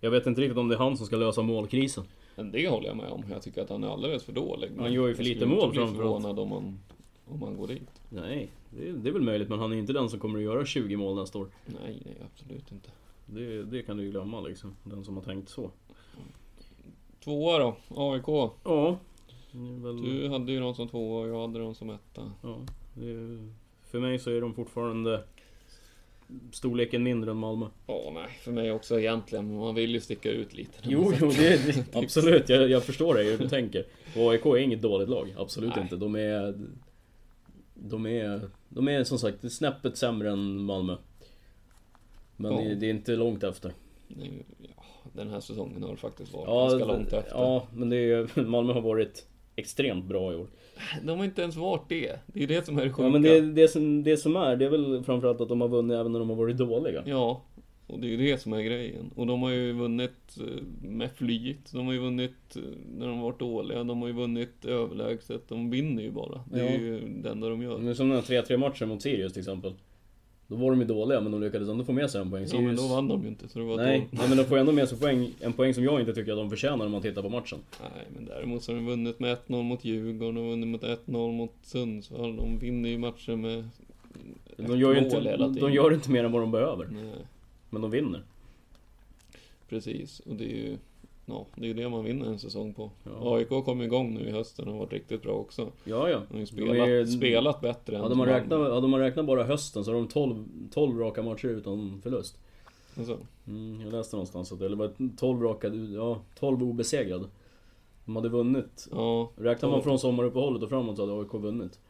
S1: jag vet inte riktigt om det är han som ska lösa målkrisen.
S2: Men det håller jag med om. Jag tycker att han är alldeles för dålig. Men
S1: Han gör ju för
S2: jag
S1: lite
S2: skulle inte
S1: mål
S2: bli
S1: framförallt.
S2: förvånad om han, om han går dit.
S1: Nej, det, det är väl möjligt men han är inte den som kommer att göra 20 mål nästa år.
S2: Nej, nej absolut inte.
S1: Det, det kan du ju glömma liksom, den som har tänkt så.
S2: Tvåa då, AIK.
S1: Ja. det är Väl,
S2: Du hade ju dem som tvåa och jag hade dem som etta.
S1: ja det, är- för mig så är de fortfarande storleken mindre än Malmö.
S2: Ja, nej, för mig också egentligen. Men man vill ju sticka ut lite. när
S1: Jo,
S2: man
S1: jo,
S2: sätter-
S1: det,
S2: *laughs*
S1: det, absolut. Jag, jag förstår dig hur du tänker. Och AIK är inget dåligt lag, absolut
S2: Nej.
S1: inte. De är... De är, de är som sagt snäppet sämre än Malmö. Men
S2: Ja.
S1: det är inte långt efter.
S2: Nu, ja, den här säsongen har det faktiskt varit
S1: Ja,
S2: ganska långt efter.
S1: ja men det är, *laughs* Malmö har varit extremt bra i år.
S2: De har inte ens varit det. Det är det som är det sjuka.
S1: Ja, men det, det, som, det som är, det är väl framförallt att de har vunnit även när de har varit dåliga.
S2: Ja, och det är ju det som är grejen. Och de har ju vunnit eh, med flyt. De har ju vunnit eh, när de har varit dåliga. De har ju vunnit överlägset. De vinner ju bara. Det är
S1: Ja.
S2: ju det enda de gör.
S1: Men som den här 3-3 matchen mot Sirius till exempel. Då var de ju dåliga men de lyckades ändå få med sig en poäng.
S2: Ja, men
S1: Sirius...
S2: då vann de ju inte. Så det var
S1: Nej,
S2: dåligt.
S1: nej, men de får ändå med sig poäng, en poäng som jag inte tycker att de förtjänar om man tittar på matchen.
S2: Nej, men däremot så har de vunnit med 1-0 mot Djurgården. De har vunnit med 1-0 mot Sundsvall. De vinner ju matcher med...
S1: De gör ju
S2: Mål
S1: inte,
S2: hela tiden.
S1: de gör inte mer än vad de behöver,
S2: Nej,
S1: men de vinner.
S2: precis. Och det är ju... Ja, det är ju det man vinner en säsong på.
S1: Ja.
S2: AIK kom igång nu i hösten och har varit riktigt bra också.
S1: Ja, ja.
S2: De har ju
S1: De
S2: spelat,
S1: är-
S2: spelat bättre än
S1: Hade man,
S2: de
S1: räknat,
S2: andra.
S1: hade man räknat bara hösten så har de 12, 12 raka matcher utan förlust.
S2: Alltså,
S1: Mm, jag läste någonstans att det var 12 raka, ja 12 obesegrade. De hade vunnit.
S2: ja,
S1: Räknar man
S2: Ja.
S1: från sommaruppehållet och framåt så hade AIK vunnit.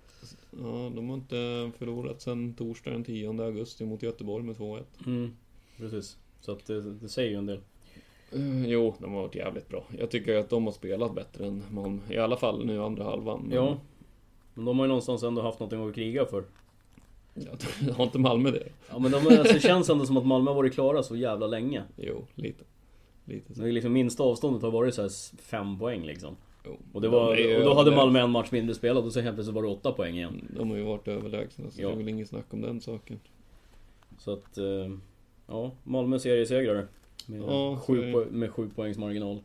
S2: Ja, de har inte förlorat sedan torsdag den 10 augusti mot Göteborg med 2-1.
S1: Mm, precis. Så att det, det säger ju en del.
S2: Eh, jo, de har varit jävligt bra. Jag tycker att de har spelat bättre än Malmö. I alla fall nu andra halvan. Men-
S1: Ja. Men de har ju någonstans ändå haft någonting att kriga för.
S2: Ja, har inte Malmö det?
S1: Ja men de, alltså, *laughs* det känns ändå som att Malmö har varit klara så jävla länge.
S2: Jo, lite. Lite
S1: Det
S2: så.
S1: är liksom minsta avståndet har varit så här s- fem poäng liksom.
S2: Jo.
S1: Och, det var,
S2: De är ju
S1: och då hade
S2: överlägsna.
S1: Malmö en match mindre spelad och så helt plötsligt var det åtta poäng igen.
S2: De har ju varit överlägsna, så
S1: Ja.
S2: det är väl inget snack om den saken.
S1: Så att... eh, Ja, Malmö seriesegrare. Med,
S2: Ja, så är
S1: sju,
S2: det.
S1: po- med sju poängs marginal.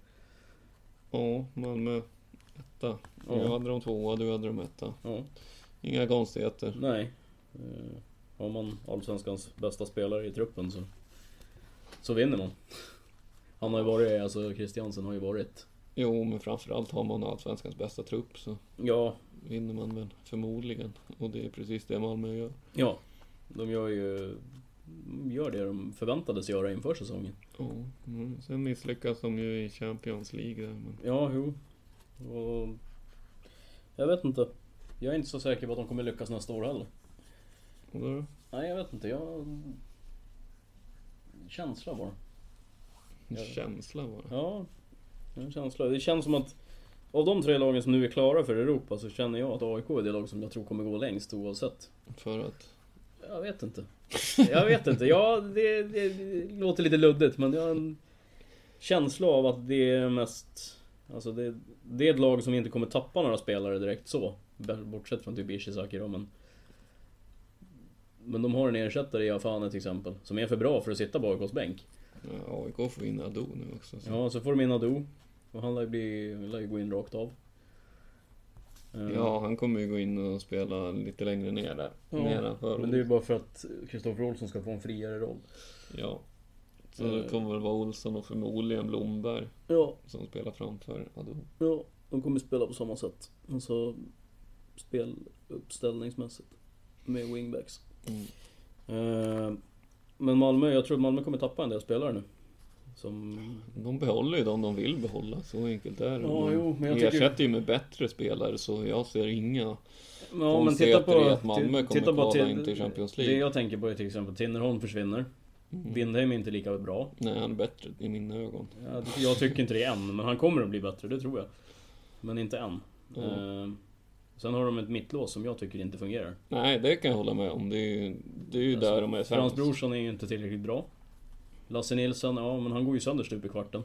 S2: Ja, Malmö etta.
S1: Ja.
S2: Jag hade dem tvåa, du hade dem etta.
S1: Ja,
S2: Inga konstigheter.
S1: nej. Eh, Har man Allsvenskans bästa spelare i truppen så... Så vinner man. Han har ju varit, alltså Christiansen har ju varit...
S2: Jo, men framförallt har man Allsvenskans bästa trupp så
S1: Ja,
S2: vinner man väl förmodligen. Och det är precis det Malmö gör.
S1: ja. De gör ju... de Gör det de förväntades göra inför säsongen.
S2: Ja, mm. sen misslyckas de ju i Champions League där, men
S1: Ja, jo. Och... Jag vet inte. Jag är inte så säker på att de kommer lyckas nästa år heller.
S2: och då,
S1: Nej, jag vet inte. Jag... har en Känsla bara.
S2: en
S1: Ja.
S2: känsla bara.
S1: Ja, en känsla. Det känns som att av de tre lagen som nu är klara för Europa så känner jag att AIK är det lag som jag tror kommer gå längst oavsett.
S2: För att,
S1: Jag vet inte. Jag vet inte. Ja, det, det, det låter lite luddigt men jag har en känsla av att det är mest... Alltså det, det är ett lag som inte kommer tappa några spelare direkt så. Bortsett från typ Ishizaki då men... Men de har en ersättare i Afane till exempel, som är för bra för att sitta på AIKs bänk.
S2: ja, AIK får in Ado nu också. Så.
S1: Ja, så får de in Ado. Och han lär ju bli, lär ju gå in rakt av. Eh,
S2: Ja, han kommer ju gå in och spela lite längre ner där.
S1: Ja,
S2: Nedanför.
S1: Men det är ju bara för att Kristoffer Olsson ska få en friare roll.
S2: Ja. Så
S1: Eh.
S2: det kommer väl vara Olsson och förmodligen Blomberg
S1: Ja,
S2: som spelar framför Ado.
S1: ja. De kommer spela på samma sätt. Alltså speluppställningsmässigt. Med wingbacks.
S2: Mm.
S1: Eh, Men Malmö, jag tror att Malmö kommer tappa en del spelare nu. Som...
S2: De behåller ju dem de vill behålla, så enkelt är det.
S1: Ja,
S2: De
S1: jo, men jag tycker-
S2: ersätter ju med bättre spelare, så jag ser inga...
S1: Ja,
S2: men titta på- att Malmö kommer kvala in till Champions League. Mm.
S1: Det jag tänker på är till exempel Tinnerholm försvinner. Windheim är inte lika bra.
S2: Nej, han är bättre i mina ögon.
S1: Jag, jag tycker inte det än, men han kommer att bli bättre, det tror jag. Men inte än. Eh, sen har de ett mittlås som jag tycker inte fungerar.
S2: Nej, det kan jag hålla med om. Det är ju, det är ju där de är
S1: Frans
S2: sämst.
S1: Brorsson är ju inte tillräckligt bra. Lasse Nilsson, ja men han går ju sönder stup i kvarten.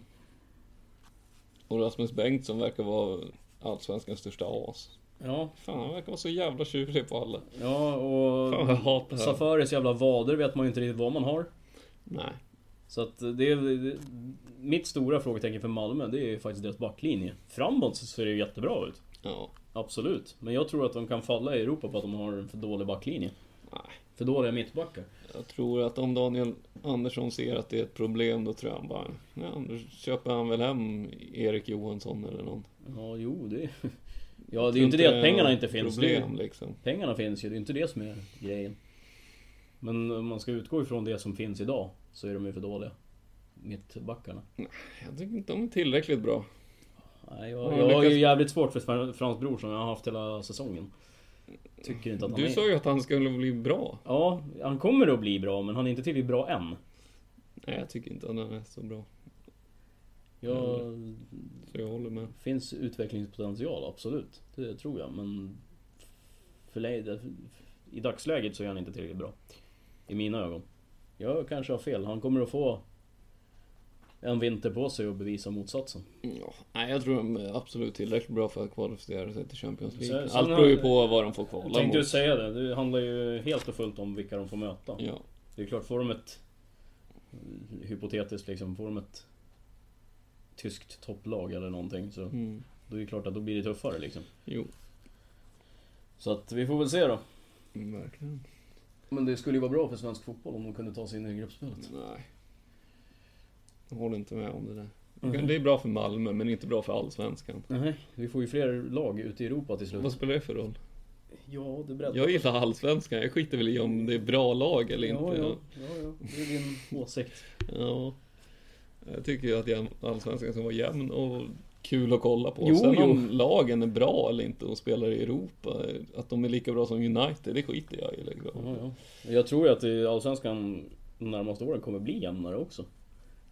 S2: Och Rasmus Bengtsson verkar vara Allsvenskans största as.
S1: Ja,
S2: Fan, han verkar vara så jävla tjurig på alla.
S1: ja
S2: Fan, jag
S1: och
S2: hatar det här.
S1: Safaris jävla vader vet man ju inte riktigt vad man har.
S2: Nej.
S1: Så att det är... det- Mitt stora frågetecken för Malmö, det är ju faktiskt deras backlinje. Framåt så ser det ju jättebra ut.
S2: Ja.
S1: Absolut. Men jag tror att de kan falla i Europa på att de har en för dålig backlinje.
S2: Nej.
S1: För dåliga mittbackar.
S2: Jag tror att om Daniel Andersson ser att det är ett problem, då tror jag han bara... Ja, då köper han väl hem Erik Johansson eller någon.
S1: Ja, jo det... *laughs* Ja, det är ju inte det att pengarna inte finns. Det är
S2: Problem,
S1: ju,
S2: liksom.
S1: pengarna finns ju, det är inte det som är grejen. Men om man ska utgå ifrån det som finns idag så är de ju för dåliga. Mittbackarna.
S2: Jag tycker inte de är tillräckligt bra.
S1: Nej, jag,
S2: Ja,
S1: jag har ju
S2: lyckas-
S1: jävligt svårt för Fran- Frans Bror som jag har haft hela säsongen. Tycker inte att han
S2: Du
S1: är...
S2: sa ju att han skulle bli bra.
S1: Ja, han kommer att bli bra men han är inte tillräckligt bra än.
S2: Nej, jag tycker inte att den är så bra.
S1: Jag,
S2: Mm. Så jag håller med.
S1: finns utvecklingspotential, absolut. Det tror jag, men... För, Leide- I dagsläget så är han inte tillräckligt bra. I mina ögon. Jag kanske har fel. Han kommer att få en vinter på sig att bevisa motsatsen.
S2: Ja, nej, jag tror de är absolut tillräckligt bra för att kvalificera sig till Champions League.
S1: Så- så
S2: Allt
S1: nu-
S2: beror ju på vad de får
S1: Jag
S2: kvala
S1: tänkte ju
S2: mot.
S1: säga det. Det handlar ju helt och fullt om vilka de får möta.
S2: Ja,
S1: Det är klart, får de ett... Hypotetiskt liksom, får de ett tyskt topplag eller någonting så
S2: mm.
S1: då är det klart att då blir det tuffare liksom.
S2: jo,
S1: Så att vi får väl se då.
S2: verkligen.
S1: Men det skulle ju vara bra för svensk fotboll om de kunde ta sig in i gruppspelet.
S2: Nej. Jag håller inte med om det där.
S1: Mhm.
S2: Det är bra för Malmö, men inte bra för Allsvenskan.
S1: Nej, vi får ju fler lag ute i Europa till
S2: Vad
S1: slut.
S2: spelar det för roll?
S1: Ja, det breddar.
S2: Jag gillar Allsvenskan, jag skiter väl i om det är bra lag eller
S1: ja,
S2: inte.
S1: ja, ja, ja, det är din *laughs* åsikt.
S2: Ja. Jag tycker ju att jag- Allsvenskan ska vara jämn och kul att kolla på.
S1: Jo,
S2: Sen
S1: jo.
S2: om lagen är bra eller inte och spelar i Europa, att de är lika bra som United, det skiter jag i. Liksom.
S1: Ja, ja. Jag tror ju att i Allsvenskan de närmaste åren kommer bli jämnare också.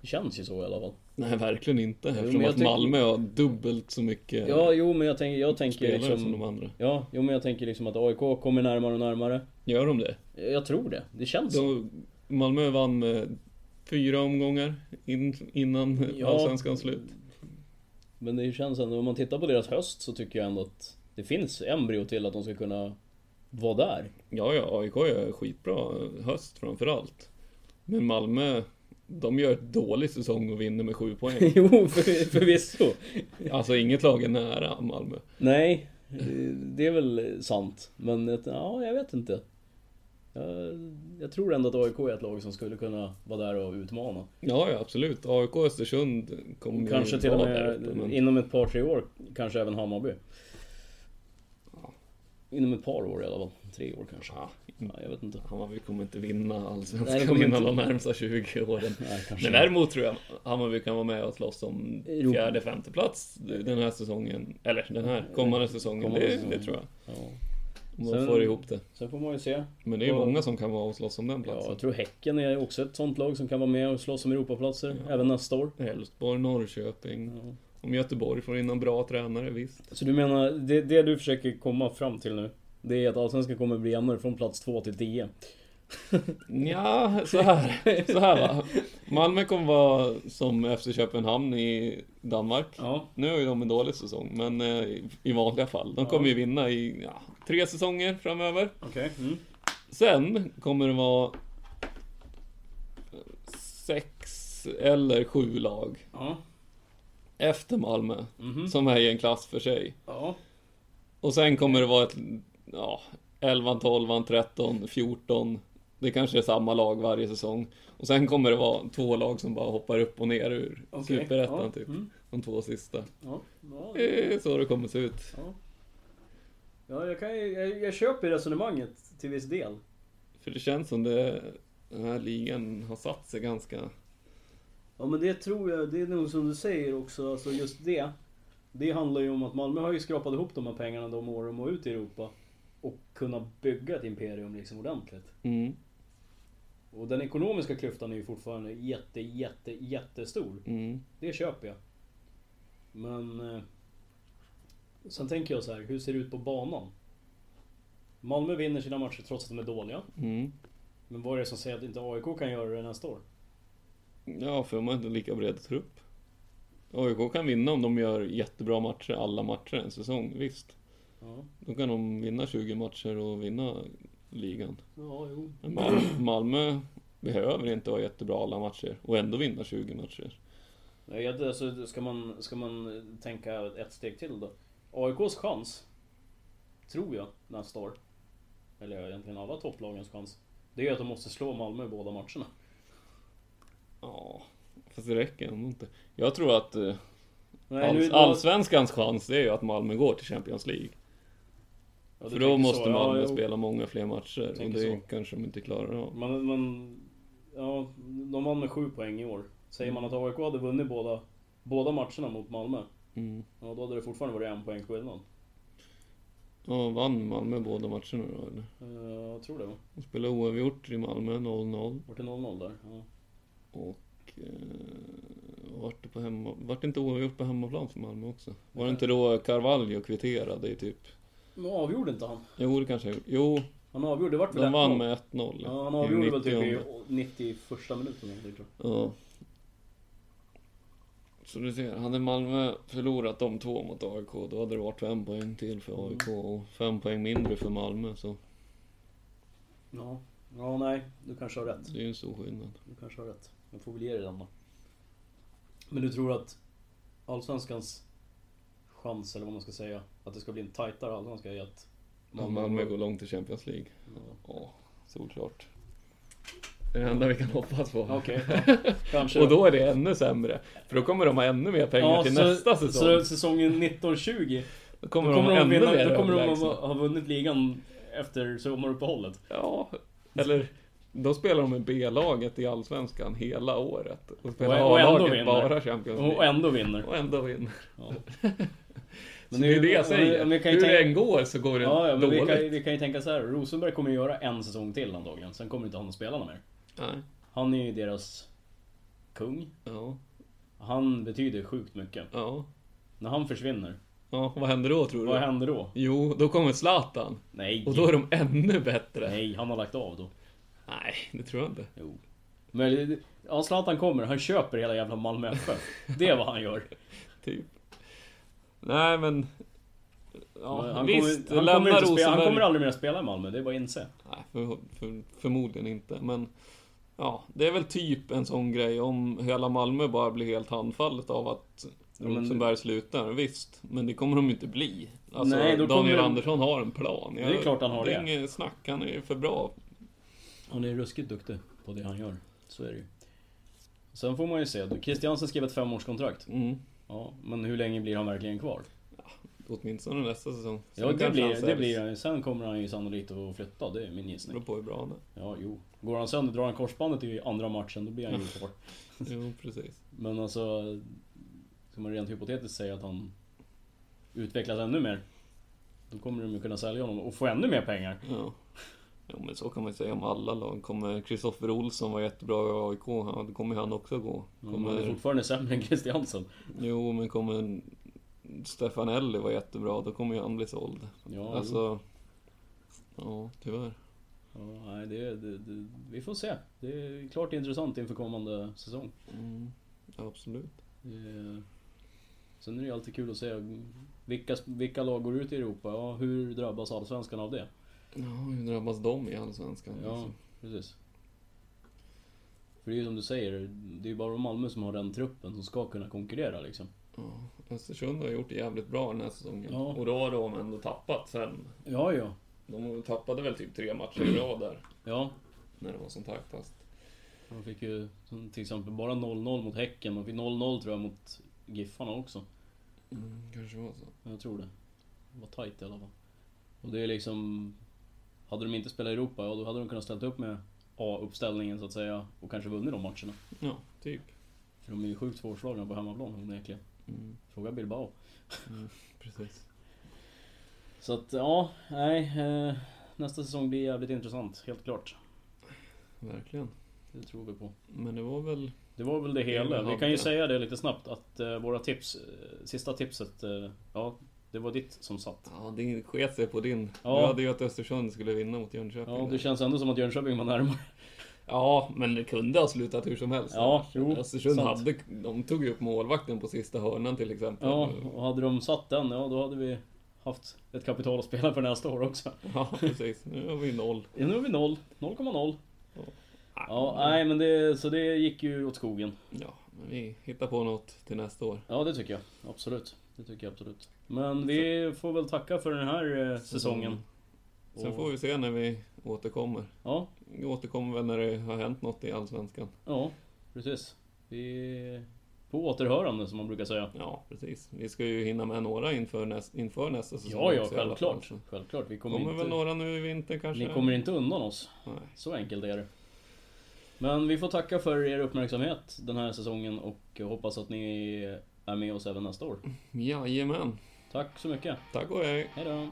S1: Det känns ju så i alla fall.
S2: Nej, verkligen inte. Eftersom
S1: men jag
S2: att
S1: tycker-
S2: Malmö har dubbelt så mycket
S1: Ja, jo, men jag tänker, jag tänker
S2: spelare
S1: liksom...
S2: som de andra.
S1: Ja, jo men jag tänker liksom att AIK kommer närmare och närmare.
S2: Gör de det?
S1: Jag tror det. Det känns så.
S2: De, Malmö vann med fyra omgångar in, innan
S1: Ja.
S2: Allsvenskans slut.
S1: Men det känns ändå, om man tittar på deras höst så tycker jag ändå att det finns embryo till att de ska kunna vara där. *laughs*
S2: Ja, ja, AIK gör skitbra höst framförallt. Men Malmö, de gör ett dålig säsong och vinner med
S1: *laughs*
S2: sju poäng.
S1: jo, för, förvisso.
S2: Alltså inget lag är nära Malmö.
S1: Nej, det är väl sant. Men jag- ja, jag vet inte. Jag, jag tror ändå att AIK är ett lag som skulle kunna vara där och utmana.
S2: Ja, ja absolut. AIK och Östersund kommer ju
S1: Kanske till och
S2: vara där
S1: med
S2: uppe, men...
S1: inom ett par, tre år, kanske även Hammarby. Inom ett par år i alla fall. Tre år kanske.
S2: Ja,
S1: Ja, jag vet inte.
S2: Hammarby kommer inte vinna
S1: Nej, det
S2: Allsvenskan
S1: kommer
S2: inom
S1: inte.
S2: de närmsta 20 åren.
S1: Nej, kanske
S2: Men däremot tror jag Hammarby kan vara med och slåss om
S1: Europa.
S2: fjärde, femte plats den här säsongen. Eller den här kommande säsongen,
S1: Kommande
S2: det,
S1: säsongen.
S2: det tror jag.
S1: Ja.
S2: Om de
S1: Sen-
S2: får ihop det.
S1: Sen får man ju se.
S2: Men det är ju
S1: Ja.
S2: många som kan vara och slåss om den
S1: Ja,
S2: platsen.
S1: jag tror Häcken är också ett sånt lag som kan vara med och slåss om Europaplatser även nästa år.
S2: Elfsborg, Norrköping.
S1: Ja.
S2: Om Göteborg får in en bra tränare, visst.
S1: Så du menar, det, det du försöker komma fram till nu, det är att Allsvenskan kommer bli jämnare från plats 2 till 10?
S2: Ja, så här. Så här va. Malmö kommer vara som FC Köpenhamn i Danmark.
S1: Ja.
S2: Nu har ju de en dålig säsong, men eh, i- i vanliga fall. De kommer ju vinna i ja, tre säsonger framöver.
S1: Okej.
S2: Mm. Sen kommer det vara sex eller sju lag
S1: Ja.
S2: efter Malmö
S1: Mhm.
S2: som är i en klass för sig.
S1: Ja.
S2: Och sen kommer det vara ett, ja, 11, 12, 13, 14. Det kanske är samma lag varje säsong. Och sen kommer det vara två lag som bara hoppar upp och ner ur
S1: Okej,
S2: superettan
S1: ja,
S2: typ.
S1: mm.
S2: De två sista.
S1: Ja.
S2: Det är så det kommer se ut.
S1: Ja, jag, kan, ju- jag, jag köper resonemanget till viss del.
S2: För det känns som det, den här ligan har satt sig ganska...
S1: Ja men det tror jag, det är nog som du säger också, alltså just det. Det handlar ju om att Malmö har ju skrapat ihop de här pengarna de åren de var ute i Europa. Och kunna bygga ett imperium liksom ordentligt.
S2: Mm,
S1: Och den ekonomiska klyftan är ju fortfarande jätte, jätte, jättestor.
S2: mm.
S1: Det köper jag. Men... Eh, sen tänker jag så här, hur ser det ut på banan? Malmö vinner sina matcher trots att de är dåliga.
S2: Mm.
S1: Men vad är det som säger att inte AIK kan göra det nästa år?
S2: Ja, för de har inte lika bred trupp. AIK kan vinna om de gör jättebra matcher, alla matcher en säsong, visst.
S1: Ja,
S2: Då kan de vinna 20 matcher och vinna ligan.
S1: ja jo.
S2: Men Mal- Malmö behöver inte vara jättebra alla matcher och ändå vinna 20 matcher.
S1: Nej, jag- Alltså, ska, man, ska man tänka ett steg till då? AIKs chans, tror jag, nästa år. Eller egentligen alla topplagens chans. Det är att de måste slå Malmö i båda matcherna.
S2: Ja, fast det räcker ändå inte. Jag tror att eh,
S1: Nej,
S2: alls,
S1: nu-
S2: allsvenskans chans det är ju att Malmö går till Champions League.
S1: Ja, du
S2: För då
S1: tänker så.
S2: måste Malmö
S1: jo.
S2: spela många fler matcher och
S1: tänker
S2: det
S1: så.
S2: kanske de inte klarar av.
S1: Man, man, ja, de vann med sju poäng i år. Säger man att AIK hade vunnit båda, båda matcherna mot Malmö,
S2: Mm.
S1: ja, då hade det fortfarande varit en poäng skillnad.
S2: Ja, vann Malmö båda matcherna då eller?
S1: Eh, Jag tror det. va?
S2: De spelade oavgjort i Malmö 0-0
S1: Vart det 0-0 där? Ja.
S2: Och eh, vart, det på hemma, vart det inte oavgjort på hemmaplan för Malmö också? Var det inte då Carvalho kvitterade i typ...
S1: Men avgjorde inte han?
S2: Jo, det kanske jag gjorde. Jo,
S1: Han avgjorde, det vart väl
S2: de vann
S1: 1-0.
S2: med 1-0.
S1: Ja, han
S2: i
S1: avgjorde väl typ
S2: 90:e.
S1: i 91 minuten eller någonting, tror
S2: Ja. Så du ser, hade Malmö förlorat de två mot AIK då hade det varit fem poäng till för AIK
S1: Mm.
S2: och fem poäng mindre för Malmö. Så
S1: jag. Ja. Ja, nej. Du kanske har rätt.
S2: det är ju en stor skillnad.
S1: Du kanske har rätt. Jag får väl ge dig den då. Men du tror att Allsvenskans chans, eller vad man ska säga, att det ska bli en tajtare allsvenska är att
S2: Malmö, Malmö går långt i Champions League. Ja, solklart. Det är det enda vi kan hoppas på.
S1: Okej,
S2: *laughs*
S1: ja. kanske.
S2: Och då är det ännu sämre. För då kommer de ha ännu mer pengar till
S1: så,
S2: nästa säsong.
S1: Så säsongen 1920,
S2: då
S1: då
S2: kommer de
S1: kommer
S2: ha
S1: de,
S2: ännu
S1: vinna,
S2: mer
S1: då kommer de
S2: överlägsna.
S1: ha, ha vunnit ligan efter sommaruppehållet.
S2: Ja, eller då spelar de med B-laget i Allsvenskan hela året. Och spelar
S1: Och- och ändå
S2: A-laget
S1: vinner.
S2: bara Champions League.
S1: Och ändå vinner.
S2: Och ändå vinner.
S1: Ja.
S2: Men det är ju det jag säger.
S1: men vi kan ju
S2: Hur det
S1: tänka-
S2: än går så går det
S1: Ja, ja men vi
S2: dåligt.
S1: kan, vi kan ju tänka så här. Rosenberg kommer ju göra en säsong till antagligen. Sen kommer inte han att spela någon mer.
S2: Nej.
S1: Han är ju deras kung.
S2: Ja,
S1: Han betyder sjukt mycket.
S2: ja.
S1: När han försvinner,
S2: ja, vad händer då tror du?
S1: vad händer då?
S2: Jo, då kommer Zlatan.
S1: Nej,
S2: Och då är de ännu bättre.
S1: nej, han har lagt av då.
S2: Nej, det tror jag inte.
S1: Jo. Men det- ja, Zlatan kommer, han köper hela jävla Malmö FF. Det är vad han gör.
S2: Typ. Nej, men... Ja,
S1: han
S2: visst.
S1: kommer, han,
S2: lämnar
S1: kommer inte spela, han
S2: Rosenberg-
S1: kommer aldrig mer spela i Malmö, det är bara att inse.
S2: Nej, för, för, förmodligen inte. Men ja, det är väl typ en sån grej om hela Malmö bara blir helt handfallet av att
S1: men-
S2: Rosenberg slutar. Visst, men det kommer de ju inte bli. Alltså,
S1: Nej, då
S2: Daniel
S1: kommer de-
S2: Andersson har en plan.
S1: Det är klart han har
S2: det.
S1: det.
S2: är inget snack. Han är ju för bra.
S1: Han är ruskigt duktig på det han gör. Så är det ju. Sen får man ju se. Christiansen skrev ett femårskontrakt.
S2: Mm.
S1: Ja, men hur länge blir han verkligen kvar?
S2: Åtminstone nästa säsong. Sen
S1: Ja, det
S2: kanske han
S1: blir, det
S2: säljs.
S1: blir han ju. Sen kommer han ju sannolikt att flytta, det är min
S2: beror
S1: gissning.
S2: på hur bra han är.
S1: Ja, jo. Går han sönder, drar han korsbandet i andra matchen, då blir han ju kvar.
S2: Jo, precis.
S1: Men alltså... Ska man rent hypotetiskt säga att han utvecklas ännu mer? Då kommer de ju kunna sälja honom och få ännu mer pengar.
S2: Ja. Jo, men så kan man ju säga om alla lag. Kommer Kristoffer Olsson vara jättebra i AIK, han- då kommer han också gå.
S1: Kommer... Han är
S2: Kommer-
S1: fortfarande sämre än Christiansen.
S2: Jo, men kommer Stefanelli vara jättebra, då kommer ju han bli såld.
S1: Ja, jo.
S2: alltså... Ja, tyvärr.
S1: Ja, nej, det, det, det, vi får se. Det är klart intressant inför kommande säsong.
S2: Mm, absolut.
S1: Eh, Sen är det ju alltid kul att se vilka, vilka lag går ut i Europa? Ja, hur drabbas allsvenskan av det?
S2: Ja, hur drabbas de i Allsvenskan?
S1: Ja,
S2: liksom?
S1: precis. För det är ju som du säger, det är ju bara Malmö som har den truppen som ska kunna konkurrera liksom.
S2: Ja, Östersund har gjort det jävligt bra den här säsongen.
S1: Ja.
S2: Och då har de ändå tappat sen.
S1: Ja, ja.
S2: De tappade väl typ tre matcher i rad där,
S1: Ja,
S2: när det var som tajtast.
S1: man fick ju som till exempel bara 0-0 mot Häcken. Man fick 0-0 tror jag mot Giffarna också.
S2: Mm, kanske var så.
S1: Jag tror det. Det var tajt i alla fall. Och det är liksom... Hade de inte spelat i Europa, ja då hade de kunnat ställa upp med A-uppställningen så att säga. Och kanske vunnit de matcherna.
S2: Ja, typ.
S1: För de är ju sjukt svårslagna på hemmaplan onekligen.
S2: Mm,
S1: Fråga Bilbao.
S2: precis.
S1: Så att ja, nej. Eh, nästa säsong blir jävligt intressant, helt klart.
S2: Verkligen.
S1: Det tror vi på.
S2: Men det var väl...
S1: Det var väl det
S2: Det
S1: hela.
S2: var
S1: Vi kan ju
S2: det.
S1: säga det lite snabbt att eh, våra tips, eh, sista tipset, eh, ja det var ditt som satt.
S2: Ja, det sket sig på din.
S1: Ja.
S2: Du hade ju att Östersund skulle vinna mot Jönköping.
S1: Ja,
S2: där.
S1: det känns ändå som att Jönköping var närmare.
S2: Ja, men det kunde ha slutat hur som helst.
S1: Ja, jo,
S2: Östersund
S1: sant.
S2: hade, de tog ju upp målvakten på sista hörnan till exempel.
S1: Ja, och hade de satt den, ja då hade vi haft ett kapital att spela för nästa år också.
S2: *laughs* Ja, precis. Nu har vi noll.
S1: Ja, nu har vi noll. 0,0. Ja,
S2: men-
S1: nej men det, så det gick ju åt skogen.
S2: ja, men vi hittar på något till nästa år.
S1: Ja, det tycker jag. Absolut. Det tycker jag absolut. Men vi får väl tacka för den här eh, säsongen.
S2: Sen
S1: Och-
S2: får vi se när vi återkommer.
S1: Ja,
S2: Vi återkommer väl när det har hänt något i Allsvenskan.
S1: ja, precis. Vi... På återhörande som man brukar säga.
S2: Ja, precis. Vi ska ju hinna med några inför, näst, inför nästa säsong.
S1: Ja, ja,
S2: också i alla fall.
S1: självklart.
S2: Så
S1: Självklart. Vi kommer,
S2: Kommer väl
S1: inte...
S2: några nu i vinter kanske?
S1: Ni kommer inte undan oss.
S2: Nej.
S1: Så enkelt är det. Men vi får tacka för er uppmärksamhet den här säsongen och jag hoppas att ni är med oss även nästa år.
S2: Jajamän.
S1: Tack så mycket.
S2: Tack och hej.
S1: Hej då.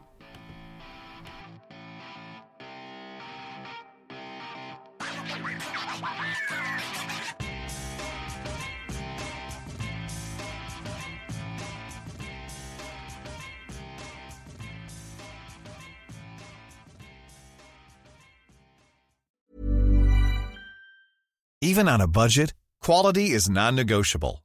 S5: Even on a budget, quality is non-negotiable.